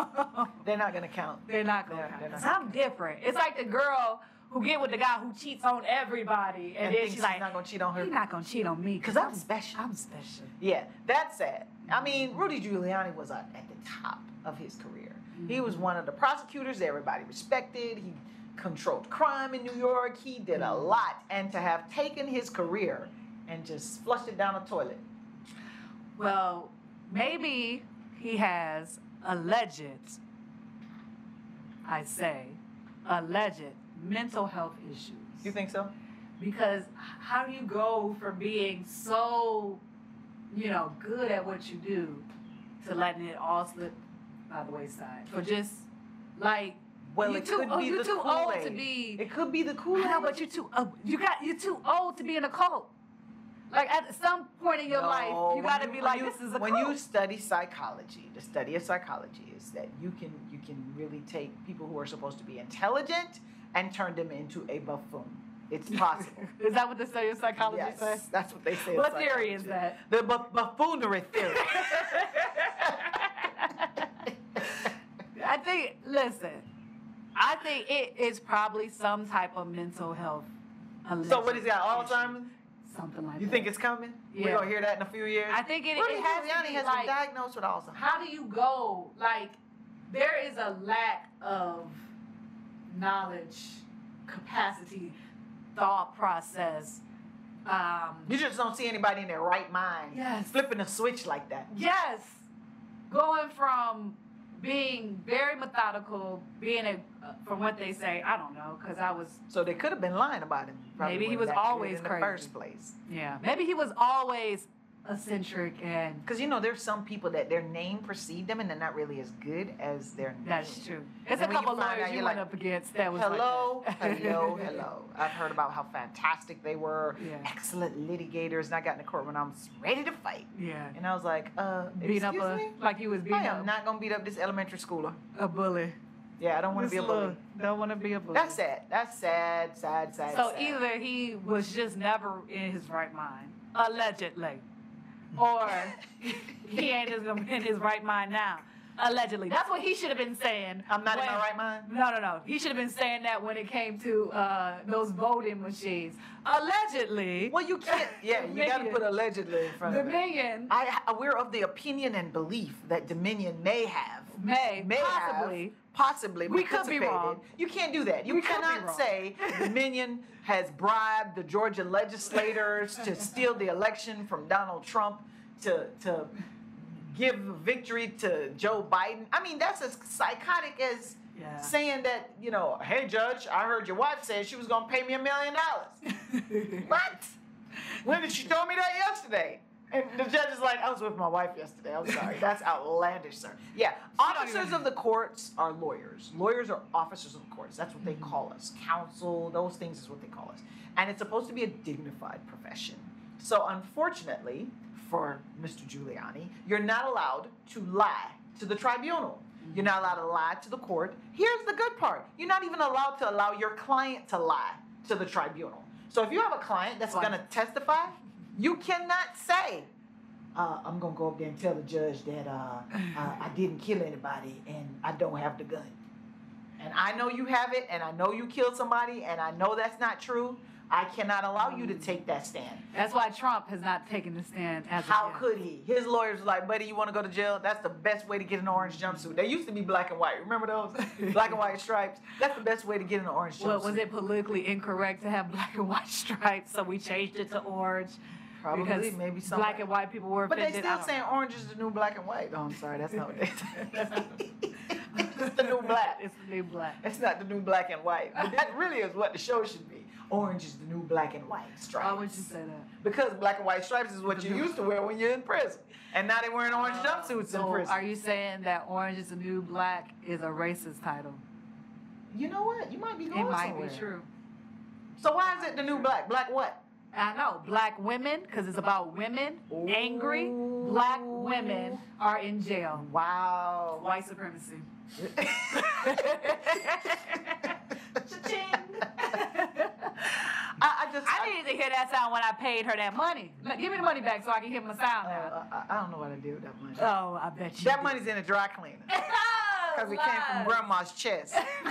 Speaker 2: They're not going to count.
Speaker 1: They're not going
Speaker 2: They're-
Speaker 1: to.
Speaker 2: they're
Speaker 1: count.
Speaker 2: not.
Speaker 1: Something different. It's like the girl who get with the guy who cheats on everybody, and,
Speaker 2: And
Speaker 1: then
Speaker 2: think
Speaker 1: she's
Speaker 2: she's
Speaker 1: like,
Speaker 2: not going to cheat on her.
Speaker 1: "He's not gonna cheat on me because I'm special. I'm special."
Speaker 2: Yeah, that's sad. I mean, Rudy Giuliani was uh, at at the top of his career. He
Speaker 1: Mm-hmm.
Speaker 2: was one of the prosecutors that everybody respected. He controlled crime in New York. He did
Speaker 1: Mm-hmm.
Speaker 2: a lot. And to have taken his career and just flushed it down the toilet.
Speaker 1: Well, maybe he has alleged, I say, alleged mental health issues.
Speaker 2: You think so?
Speaker 1: Because how do you go from being so, you know, good at what you do to letting it all slip by the wayside? For just like
Speaker 2: Well,
Speaker 1: you
Speaker 2: it
Speaker 1: too,
Speaker 2: could
Speaker 1: oh,
Speaker 2: be
Speaker 1: you
Speaker 2: the
Speaker 1: too
Speaker 2: Kool-Aid.
Speaker 1: old to be
Speaker 2: It could be the Kool-Aid.
Speaker 1: I know, but you too uh, you got you're too old to be in a cult. Like at some point in your
Speaker 2: No,
Speaker 1: life, you
Speaker 2: when
Speaker 1: gotta be
Speaker 2: when
Speaker 1: like,
Speaker 2: you-
Speaker 1: this is a
Speaker 2: when
Speaker 1: cult.
Speaker 2: you study psychology. The study of psychology is that you can you can really take people who are supposed to be intelligent and turn them into a buffoon. It's possible.
Speaker 1: is that what the study of psychology
Speaker 2: yes,
Speaker 1: says?
Speaker 2: that's what they say. in
Speaker 1: What theory
Speaker 2: psychology.
Speaker 1: is that?
Speaker 2: The bu- buffoonery theory.
Speaker 1: I think. Listen, I think it is probably some type of mental health.
Speaker 2: so what is that?
Speaker 1: alleged issue.
Speaker 2: Alzheimer's?
Speaker 1: Something like
Speaker 2: You
Speaker 1: that.
Speaker 2: think it's coming?
Speaker 1: Yeah.
Speaker 2: We're gonna hear that in a few years.
Speaker 1: I think it,
Speaker 2: Rudy
Speaker 1: it has
Speaker 2: Giuliani
Speaker 1: to be
Speaker 2: has
Speaker 1: like.
Speaker 2: been diagnosed with Alzheimer's.
Speaker 1: how do you go? Like, there is a lack of knowledge, capacity, thought process. Um,
Speaker 2: You just don't see anybody in their right mind
Speaker 1: Yes.
Speaker 2: flipping a switch like that.
Speaker 1: Yes. Going from being very methodical, being a, from what they say, I don't know, because I was,
Speaker 2: So they could have been lying about him. Probably
Speaker 1: Maybe he was
Speaker 2: wasn't that good
Speaker 1: always
Speaker 2: in the
Speaker 1: crazy.
Speaker 2: first place.
Speaker 1: yeah, maybe he was always eccentric and
Speaker 2: Because you know, there's some people that their name precede them, and they're not really as good as their name.
Speaker 1: that's true. It's
Speaker 2: And
Speaker 1: a
Speaker 2: when you
Speaker 1: couple
Speaker 2: find
Speaker 1: lawyers
Speaker 2: out,
Speaker 1: you
Speaker 2: you're
Speaker 1: went
Speaker 2: like,
Speaker 1: up against that was like
Speaker 2: Hello,
Speaker 1: that.
Speaker 2: hello, hello. I've heard about how fantastic they were,
Speaker 1: Yeah.
Speaker 2: excellent litigators, and I got in the court when I was ready to fight,
Speaker 1: Yeah.
Speaker 2: and I was like, "Uh,
Speaker 1: Beat
Speaker 2: excuse
Speaker 1: up a,
Speaker 2: me,
Speaker 1: like you was beating
Speaker 2: I am
Speaker 1: up
Speaker 2: not gonna beat up this elementary schooler.
Speaker 1: a bully.
Speaker 2: Yeah, I don't want to
Speaker 1: This
Speaker 2: be a bully.
Speaker 1: look, Don't want to be a bully.
Speaker 2: That's sad. That's sad. Sad. Sad.
Speaker 1: So
Speaker 2: sad.
Speaker 1: either he was just never in his right mind, allegedly, or he ain't just in his right mind now, allegedly. That's what he should have been saying.
Speaker 2: I'm not in
Speaker 1: when-
Speaker 2: my right mind.
Speaker 1: No, no, no. He should have been saying that when it came to uh, those voting machines. Allegedly,
Speaker 2: Well, you can't. Yeah, you got to
Speaker 1: Dominion.
Speaker 2: put allegedly in front of it.
Speaker 1: Dominion
Speaker 2: I, I- we're of the opinion and belief that Dominion may have,
Speaker 1: may,
Speaker 2: may
Speaker 1: possibly.
Speaker 2: have, possibly
Speaker 1: We could be
Speaker 2: participated.
Speaker 1: wrong.
Speaker 2: You can't do that. You
Speaker 1: We could be
Speaker 2: cannot
Speaker 1: wrong.
Speaker 2: say Dominion has bribed the Georgia legislators to steal the election from Donald Trump to to give victory to Joe Biden. I mean, that's as psychotic as
Speaker 1: Yeah.
Speaker 2: saying that you know, hey judge, I heard your wife said she was gonna pay me a million dollars. What? When did she tell me that yesterday? And the judge is like, I was with my wife yesterday. I'm sorry. That's outlandish, sir. Yeah. Officers of the courts are lawyers. Lawyers are officers of the courts. That's what they call us. Counsel, those things is what they call us. And it's supposed to be a dignified profession. So unfortunately for Mr. Giuliani, you're not allowed to lie to the tribunal. You're not allowed to lie to the court. Here's the good part. You're not even allowed to allow your client to lie to the tribunal. So if you have a client that's
Speaker 1: Right.
Speaker 2: going to testify, you cannot say, uh, I'm going to go up there and tell the judge that uh, uh, I didn't kill anybody and I don't have the gun. And I know you have it and I know you killed somebody and I know that's not true. I cannot allow you to take that stand.
Speaker 1: That's why Trump has not taken the stand as of
Speaker 2: How
Speaker 1: yet.
Speaker 2: could he? His lawyers was like, buddy, you want to go to jail? That's the best way to get an orange jumpsuit. They used to be black and white. Remember those? black and white stripes. That's the best way to get an orange jumpsuit.
Speaker 1: What was it politically incorrect to have black and white stripes? So we changed it to orange.
Speaker 2: Probably,
Speaker 1: because
Speaker 2: maybe
Speaker 1: black
Speaker 2: somewhere.
Speaker 1: and white people were
Speaker 2: But
Speaker 1: offended.
Speaker 2: they still saying orange is the new black and white. Oh, I'm sorry, that's not what they say. it's the new black.
Speaker 1: It's the new black.
Speaker 2: It's not the new black and white. But that really is what the show should be. Orange is the new black and white
Speaker 1: Why
Speaker 2: stripes.
Speaker 1: would you say that?
Speaker 2: because black and white stripes is what you used to wear when you're in prison. And now they're wearing orange jumpsuits
Speaker 1: Oh, so
Speaker 2: in prison.
Speaker 1: Are you saying that orange is the new black is a racist title?
Speaker 2: you know what? You might be going
Speaker 1: it might
Speaker 2: somewhere.
Speaker 1: be true.
Speaker 2: So why is it the new black? Black what?
Speaker 1: I know black women because it's about women. Angry black women are in jail.
Speaker 2: Wow.
Speaker 1: White supremacy.
Speaker 2: I,
Speaker 1: Cha-ching.
Speaker 2: I just
Speaker 1: I needed to hear that sound when I paid her that money. Look, give me the money back so I can hear my sound
Speaker 2: Oh,
Speaker 1: now.
Speaker 2: I, I don't know what I did with that money.
Speaker 1: Oh, I bet you.
Speaker 2: that
Speaker 1: did.
Speaker 2: money's in a dry cleaner because
Speaker 1: Because
Speaker 2: it came from grandma's chest.
Speaker 1: well,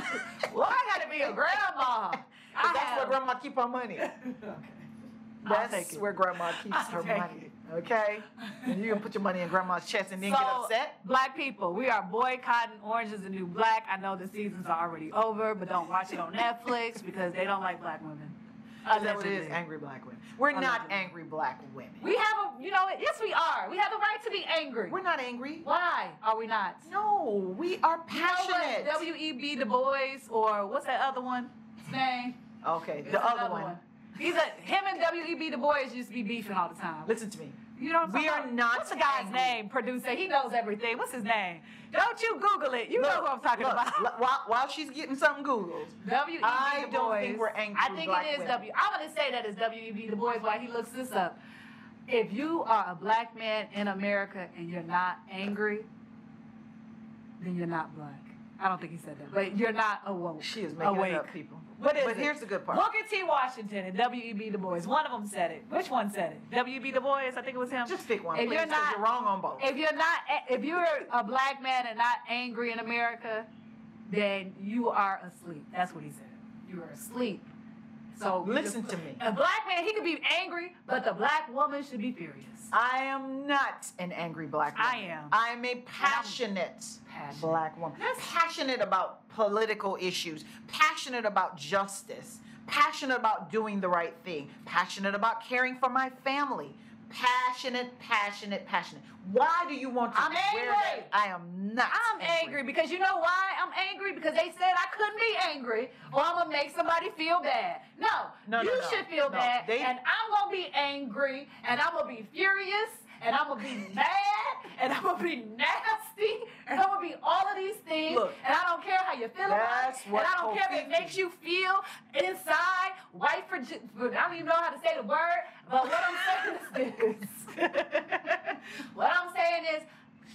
Speaker 1: Oh, I gotta be a grandma. I
Speaker 2: But that's where
Speaker 1: have-
Speaker 2: grandma keep her money.
Speaker 1: I'll take
Speaker 2: That's
Speaker 1: it.
Speaker 2: where grandma keeps
Speaker 1: I'll
Speaker 2: her
Speaker 1: take
Speaker 2: money. Okay, and you can put your money in grandma's chest and then get
Speaker 1: So-
Speaker 2: upset.
Speaker 1: Black people, we are boycotting Orange is the New Black. I know the seasons are already over, but don't watch it on Netflix because they don't like black women.
Speaker 2: Is that what it is?
Speaker 1: Allegedly.
Speaker 2: Angry black women. We're not
Speaker 1: Allegedly.
Speaker 2: angry black women.
Speaker 1: We have a, you know, what? yes, we are. We have a right to be angry.
Speaker 2: We're not angry.
Speaker 1: Why are we not?
Speaker 2: No, we are
Speaker 1: You know what? E
Speaker 2: passionate.
Speaker 1: W.E.B. Du Bois or what's that other one? His name?
Speaker 2: okay,
Speaker 1: It's
Speaker 2: the other
Speaker 1: another
Speaker 2: one.
Speaker 1: He's a him and E W.E.B. Du Bois used to be beefing all the time.
Speaker 2: Listen to me.
Speaker 1: You know what I'm
Speaker 2: We
Speaker 1: talking
Speaker 2: are
Speaker 1: about?
Speaker 2: not
Speaker 1: What's the guy's
Speaker 2: angry.
Speaker 1: name? Producer. He knows everything. What's his name? Don't you Google it. You know who I'm talking
Speaker 2: look,
Speaker 1: about.
Speaker 2: look, while, while she's getting something Googled,
Speaker 1: W.E.B.
Speaker 2: I
Speaker 1: Du
Speaker 2: don't
Speaker 1: Bois.
Speaker 2: think we're angry
Speaker 1: I think
Speaker 2: black
Speaker 1: it is
Speaker 2: women.
Speaker 1: W. E I'm gonna say that it's E W.E.B. Du Bois while he looks this up. If you are a black man in America and you're not angry, then you're not black. I don't think he said that, but you're not awoke.
Speaker 2: she is making
Speaker 1: awake.
Speaker 2: it up, people.
Speaker 1: What is
Speaker 2: but
Speaker 1: it?
Speaker 2: here's the good part.
Speaker 1: Booker T. Washington and E W.E.B. Du Bois. One of them said it. Which one said it? E W.E.B. Du Bois. I think it was him.
Speaker 2: Just pick one,
Speaker 1: If
Speaker 2: please,
Speaker 1: you're
Speaker 2: 'cause
Speaker 1: not-
Speaker 2: you're wrong on both.
Speaker 1: If you're not, if you're a black man and not angry in America, then you are asleep. That's what he said. You are asleep. So
Speaker 2: Listen to me.
Speaker 1: A black man, he could be angry, but the black woman should be furious.
Speaker 2: I am not an angry black woman.
Speaker 1: I am.
Speaker 2: I'm a passionate
Speaker 1: Passionate.
Speaker 2: black woman.
Speaker 1: That's-
Speaker 2: passionate about political issues, passionate about justice, passionate about doing the right thing, passionate about caring for my family. Passionate, passionate, passionate. Why do you want to
Speaker 1: I'm
Speaker 2: wear
Speaker 1: angry.
Speaker 2: that? I am not.
Speaker 1: I'm angry because you know why I'm angry? Because they said I couldn't be angry or I'm gonna make somebody feel bad. No,
Speaker 2: No, no,
Speaker 1: you
Speaker 2: no.
Speaker 1: should feel
Speaker 2: No,
Speaker 1: bad,
Speaker 2: they-
Speaker 1: and I'm gonna be angry, and I'm gonna be furious, and I'm gonna be mad, and I'm gonna be nasty, and I'm gonna be all of these things,
Speaker 2: Look.
Speaker 1: and I don't care how you feel about
Speaker 2: That's
Speaker 1: it,
Speaker 2: what
Speaker 1: and I don't care if it
Speaker 2: Kofi-
Speaker 1: makes you feel inside white for. I don't even know how to say the word, but what I'm saying is this. What I'm saying is,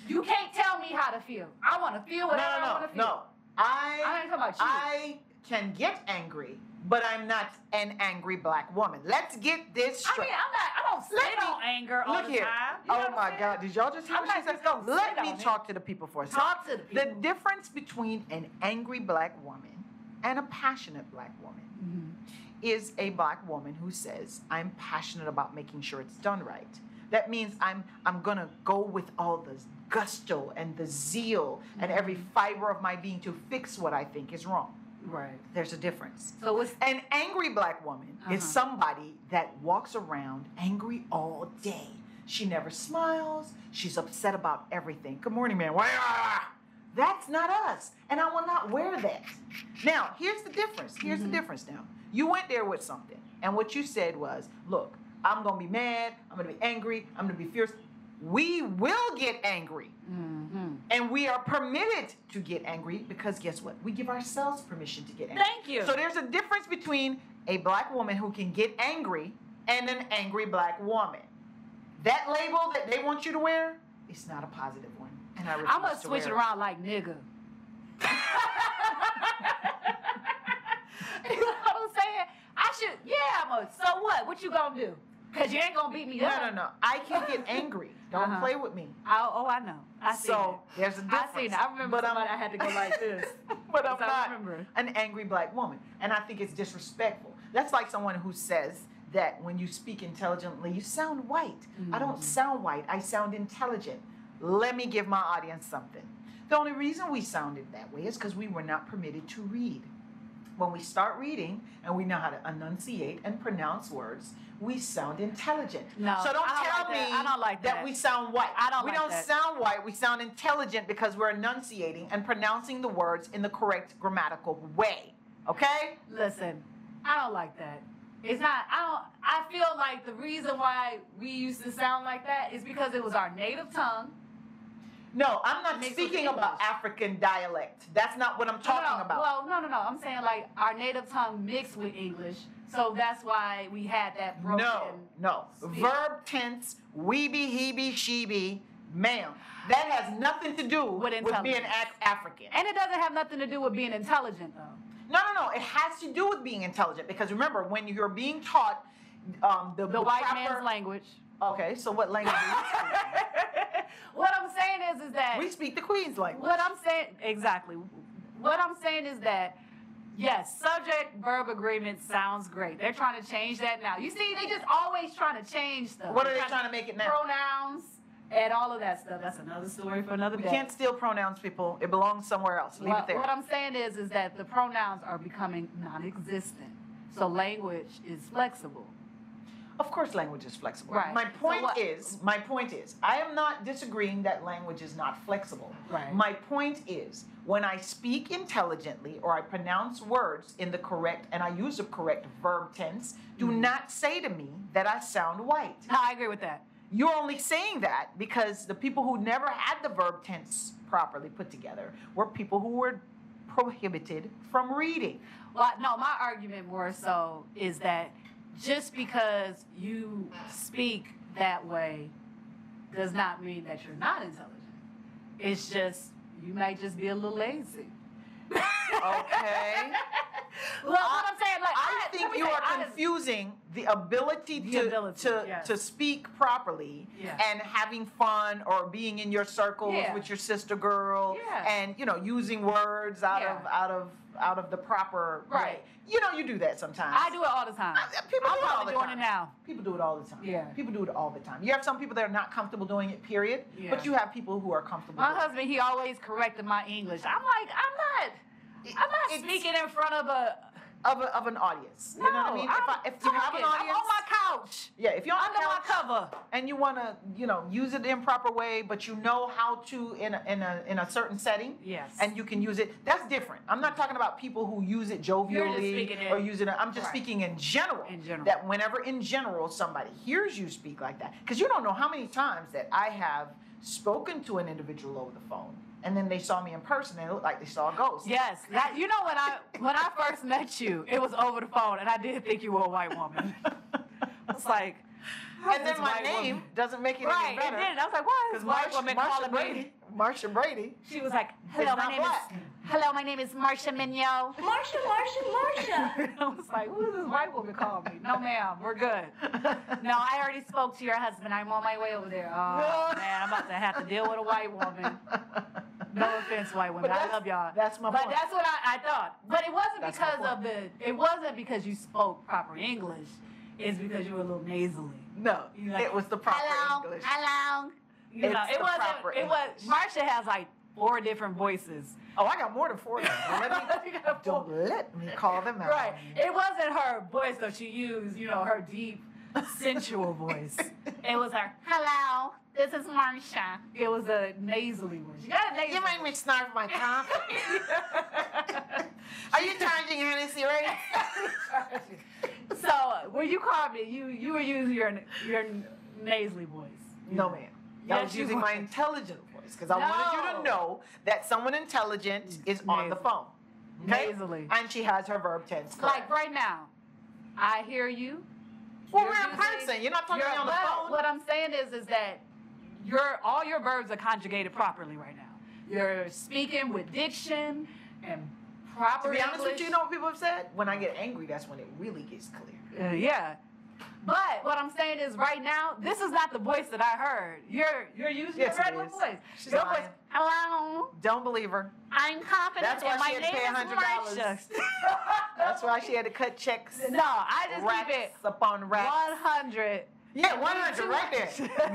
Speaker 1: you can't tell me how to feel. I want to feel
Speaker 2: no,
Speaker 1: whatever I
Speaker 2: no,
Speaker 1: want to
Speaker 2: no,
Speaker 1: feel.
Speaker 2: no. I
Speaker 1: I ain't talking about you.
Speaker 2: I can get angry, but I'm not an angry black woman. Let's get this
Speaker 1: I
Speaker 2: straight.
Speaker 1: mean, I'm not. I don't sit
Speaker 2: Let me-
Speaker 1: on anger all
Speaker 2: Look
Speaker 1: the
Speaker 2: here.
Speaker 1: time. You know
Speaker 2: Oh
Speaker 1: what I'm
Speaker 2: my
Speaker 1: saying?
Speaker 2: God! Did y'all just hear
Speaker 1: I'm
Speaker 2: what she
Speaker 1: not
Speaker 2: said?
Speaker 1: just gonna
Speaker 2: Let
Speaker 1: sit
Speaker 2: me
Speaker 1: on it.
Speaker 2: talk to the people for a second.
Speaker 1: Talk to the people.
Speaker 2: The difference between an angry black woman and a passionate black woman
Speaker 1: Mm-hmm.
Speaker 2: is a black woman who says, I'm passionate about making sure it's done right. That means I'm I'm gonna go with all the gusto and the zeal and every
Speaker 1: Mm-hmm.
Speaker 2: fiber of my being to fix what I think is wrong.
Speaker 1: Right.
Speaker 2: There's a difference.
Speaker 1: So it's
Speaker 2: An angry black woman
Speaker 1: Uh-huh.
Speaker 2: is somebody that walks around angry all day. She never smiles. She's upset about everything. Good morning, man. Wah! That's not us. And I will not wear that. Now, here's the difference. Here's the difference now. You went there with something. And what you said was, look, I'm going to be mad. I'm going to be angry. I'm going to be fierce. We will get angry.
Speaker 1: mm-hmm.
Speaker 2: And we are permitted to get angry because guess what? We give ourselves permission to get angry.
Speaker 1: Thank you.
Speaker 2: So there's a difference between a black woman who can get angry and an angry black woman. That label that they want you to wear, it's not a positive one. And I refuse
Speaker 1: I'm gonna
Speaker 2: to
Speaker 1: switch it
Speaker 2: wear
Speaker 1: around like nigga. you know what I'm saying? I should. Yeah, I'm a. So what? What you gonna do? Cause you ain't gonna beat me
Speaker 2: No,
Speaker 1: up.
Speaker 2: no, no. I can get angry. Don't
Speaker 1: Uh-huh.
Speaker 2: play with me.
Speaker 1: I, oh, I know. I see.
Speaker 2: so
Speaker 1: that.
Speaker 2: there's a
Speaker 1: I
Speaker 2: difference.
Speaker 1: seen it. I remember
Speaker 2: But I'm-
Speaker 1: somebody I had to go like this.
Speaker 2: but I'm
Speaker 1: Yes, I
Speaker 2: not
Speaker 1: remember.
Speaker 2: an angry black woman, and I think it's disrespectful. That's like someone who says that when you speak intelligently, you sound white. I
Speaker 1: Mm.
Speaker 2: don't sound white. I sound intelligent. Let me give my audience something. The only reason we sounded that way is because we were not permitted to read. When we start reading and we know how to enunciate and pronounce words, we sound intelligent.
Speaker 1: No,
Speaker 2: so don't
Speaker 1: I don't
Speaker 2: tell
Speaker 1: like that.
Speaker 2: me
Speaker 1: I don't like that.
Speaker 2: we sound white.
Speaker 1: I don't
Speaker 2: We
Speaker 1: like
Speaker 2: don't
Speaker 1: that.
Speaker 2: sound white. We sound intelligent because we're enunciating and pronouncing the words in the correct grammatical way. Okay?
Speaker 1: Listen, I don't like that. It's not. I don't. I feel like the reason why we used to sound like that is because it was our native tongue.
Speaker 2: No, I'm not
Speaker 1: Mixed with
Speaker 2: speaking about
Speaker 1: English.
Speaker 2: African dialect. That's not what I'm
Speaker 1: No, no,
Speaker 2: talking
Speaker 1: no.
Speaker 2: about.
Speaker 1: Well, no, no, no. I'm saying like our native tongue mixed with English, so that's why we had that broken.
Speaker 2: no, no.
Speaker 1: speak.
Speaker 2: Verb tense, weeby, hebe, shebe, ma'am. That has nothing to do
Speaker 1: With
Speaker 2: with, being
Speaker 1: intelligence.
Speaker 2: Af- African.
Speaker 1: And it doesn't have nothing to do with being intelligent, though.
Speaker 2: No, no, no. It has to do with being intelligent because remember, when you're being taught um, the,
Speaker 1: The white
Speaker 2: proper-
Speaker 1: man's language.
Speaker 2: Okay, so what language? do we speak?
Speaker 1: what I'm saying is, is that
Speaker 2: we speak the Queen's language.
Speaker 1: what I'm saying exactly. What I'm saying is that yes, subject verb agreement sounds great. They're trying to change that now. You see, they just always trying to change stuff.
Speaker 2: What are they
Speaker 1: They're
Speaker 2: trying to make it now?
Speaker 1: Pronouns and all of that stuff. That's another story for another
Speaker 2: We
Speaker 1: day.
Speaker 2: can't steal pronouns, people. It belongs somewhere else. Leave
Speaker 1: what,
Speaker 2: it there.
Speaker 1: what I'm saying is, is that the pronouns are becoming non-existent. So language is flexible.
Speaker 2: Of course, language is flexible.
Speaker 1: Right.
Speaker 2: My
Speaker 1: So
Speaker 2: point
Speaker 1: what-
Speaker 2: is, my point is, I am not disagreeing that language is not flexible.
Speaker 1: Right.
Speaker 2: My point is, when I speak intelligently or I pronounce words in the correct and I use the correct verb tense, do
Speaker 1: Mm-hmm.
Speaker 2: not say to me that I sound white.
Speaker 1: I agree with that.
Speaker 2: You're only saying that because the people who never had the verb tense properly put together were people who were prohibited from reading.
Speaker 1: Well, no, my argument more so is that just because you speak that way does not mean that you're not intelligent. It's just you might just be a little lazy.
Speaker 2: Okay.
Speaker 1: Well, what I'm saying, like
Speaker 2: I
Speaker 1: let
Speaker 2: think
Speaker 1: me
Speaker 2: you
Speaker 1: say,
Speaker 2: are
Speaker 1: I done-
Speaker 2: confusing the ability
Speaker 1: The
Speaker 2: to
Speaker 1: ability,
Speaker 2: to,
Speaker 1: yes.
Speaker 2: to speak properly
Speaker 1: Yes.
Speaker 2: and having fun or being in your circles
Speaker 1: Yeah.
Speaker 2: with your sister girl
Speaker 1: Yeah.
Speaker 2: and you know using words out
Speaker 1: Yeah.
Speaker 2: of out of out of the proper way.
Speaker 1: Right.
Speaker 2: You know you do that sometimes.
Speaker 1: I do it all the time.
Speaker 2: I- uh, people
Speaker 1: I'm
Speaker 2: do it all
Speaker 1: probably
Speaker 2: the
Speaker 1: doing
Speaker 2: time.
Speaker 1: it now.
Speaker 2: People do it all the time.
Speaker 1: Yeah.
Speaker 2: People do it all the time. You have some people that are not comfortable doing it, period.
Speaker 1: Yeah.
Speaker 2: But you have people who are comfortable.
Speaker 1: My
Speaker 2: doing it.
Speaker 1: husband, he always corrected my English. I'm like, I'm not.
Speaker 2: It-
Speaker 1: I'm not
Speaker 2: it's
Speaker 1: speaking in front of a.
Speaker 2: of, a, of an audience.
Speaker 1: No,
Speaker 2: you know what I mean?
Speaker 1: I'm
Speaker 2: if I, if you have an
Speaker 1: talking.
Speaker 2: audience,
Speaker 1: I'm on my couch,
Speaker 2: yeah, if you're on
Speaker 1: under
Speaker 2: the
Speaker 1: my
Speaker 2: couch,
Speaker 1: cover.
Speaker 2: and you want to you know use it the improper way but you know how to in a, in a in a certain setting
Speaker 1: Yes.
Speaker 2: and you can use it that's different i'm not talking about people who use it jovially
Speaker 1: speaking it-
Speaker 2: or use it i'm just
Speaker 1: Right.
Speaker 2: speaking in general
Speaker 1: In general.
Speaker 2: that whenever in general somebody hears you speak like that because you don't know how many times that i have spoken to an individual over the phone and then they saw me in person and it looked like they saw a ghost
Speaker 1: Yes, that you know when I when I first met you, it was over the phone, and I did think you were a white woman. It's like, how's
Speaker 2: and
Speaker 1: this
Speaker 2: then my
Speaker 1: white woman?
Speaker 2: name doesn't make it
Speaker 1: right?
Speaker 2: any better
Speaker 1: And then I was like, why is this white
Speaker 2: Marsha-
Speaker 1: woman
Speaker 2: Marsha
Speaker 1: calling me?
Speaker 2: Brady, Marsha Brady.
Speaker 1: She was like, hello, my
Speaker 2: not
Speaker 1: name
Speaker 2: black.
Speaker 1: is hello, my name is Marsha Mignot.
Speaker 3: Marsha, Marsha, Marsha.
Speaker 1: I was like, who is this white woman calling me? No, ma'am, we're good. No, I already spoke to your husband. I'm on my way over there. Oh man, I'm about to have to deal with a white woman. No offense, white women. I
Speaker 2: that's-
Speaker 1: love y'all.
Speaker 2: that's my
Speaker 1: But
Speaker 2: point.
Speaker 1: that's what I, I thought. But it wasn't
Speaker 2: That's my
Speaker 1: because of the. It wasn't because you spoke proper English. It's because you were a little nasally.
Speaker 2: No,
Speaker 1: You like,
Speaker 2: it was the proper
Speaker 1: hello,
Speaker 2: English.
Speaker 1: Hello. You
Speaker 2: It's
Speaker 1: know,
Speaker 2: the
Speaker 1: it wasn't.
Speaker 2: proper
Speaker 1: it was. Marsha has like four different voices.
Speaker 2: Oh, I got more than four. Now. Let me,
Speaker 1: You got four-
Speaker 2: don't let me call them out.
Speaker 1: Right. It wasn't her voice that she used, you know, her deep, sensual voice. It was her, hello, this is Marsha. It was a nasally one. She got a nasally
Speaker 2: You made me snarf my coffee. Are you charging Hennessy right?
Speaker 1: voice. so when you called me, you you were using your your nasally voice.
Speaker 2: No, ma'am. I
Speaker 1: Yes,
Speaker 2: was
Speaker 1: you
Speaker 2: using my
Speaker 1: were.
Speaker 2: intelligent voice because I wanted you
Speaker 1: No. Mm,
Speaker 2: to know that someone intelligent is on the
Speaker 1: Nasally.
Speaker 2: phone. Okay?
Speaker 1: Nasally.
Speaker 2: And she has her verb tense.
Speaker 1: Like
Speaker 2: correct.
Speaker 1: right now, I hear you.
Speaker 2: well,
Speaker 1: you're
Speaker 2: we're in
Speaker 1: using-
Speaker 2: person. You're not talking to me
Speaker 1: You're-
Speaker 2: on the
Speaker 1: but
Speaker 2: phone.
Speaker 1: What I'm saying is, is that your all your verbs are conjugated properly right now. You're speaking with diction and proper.
Speaker 2: to be honest with
Speaker 1: English.
Speaker 2: you, you know what people have said? When I get angry, that's when it really gets clear.
Speaker 1: Uh, yeah. But what I'm saying is, right now, this is not the voice that I heard. You're you're using
Speaker 2: Yes, it
Speaker 1: your regular
Speaker 2: is.
Speaker 1: voice.
Speaker 2: She's
Speaker 1: your
Speaker 2: lying.
Speaker 1: voice. Hello,
Speaker 2: Don't believe her.
Speaker 1: I'm confident.
Speaker 2: That's why
Speaker 1: and my
Speaker 2: she had to
Speaker 1: name
Speaker 2: pay
Speaker 1: is
Speaker 2: $100.
Speaker 1: Marsha."
Speaker 2: That's why she had to cut checks.
Speaker 1: No, I just
Speaker 2: racks
Speaker 1: keep it
Speaker 2: upon racks.
Speaker 1: 100.
Speaker 2: Yeah, 100 right there.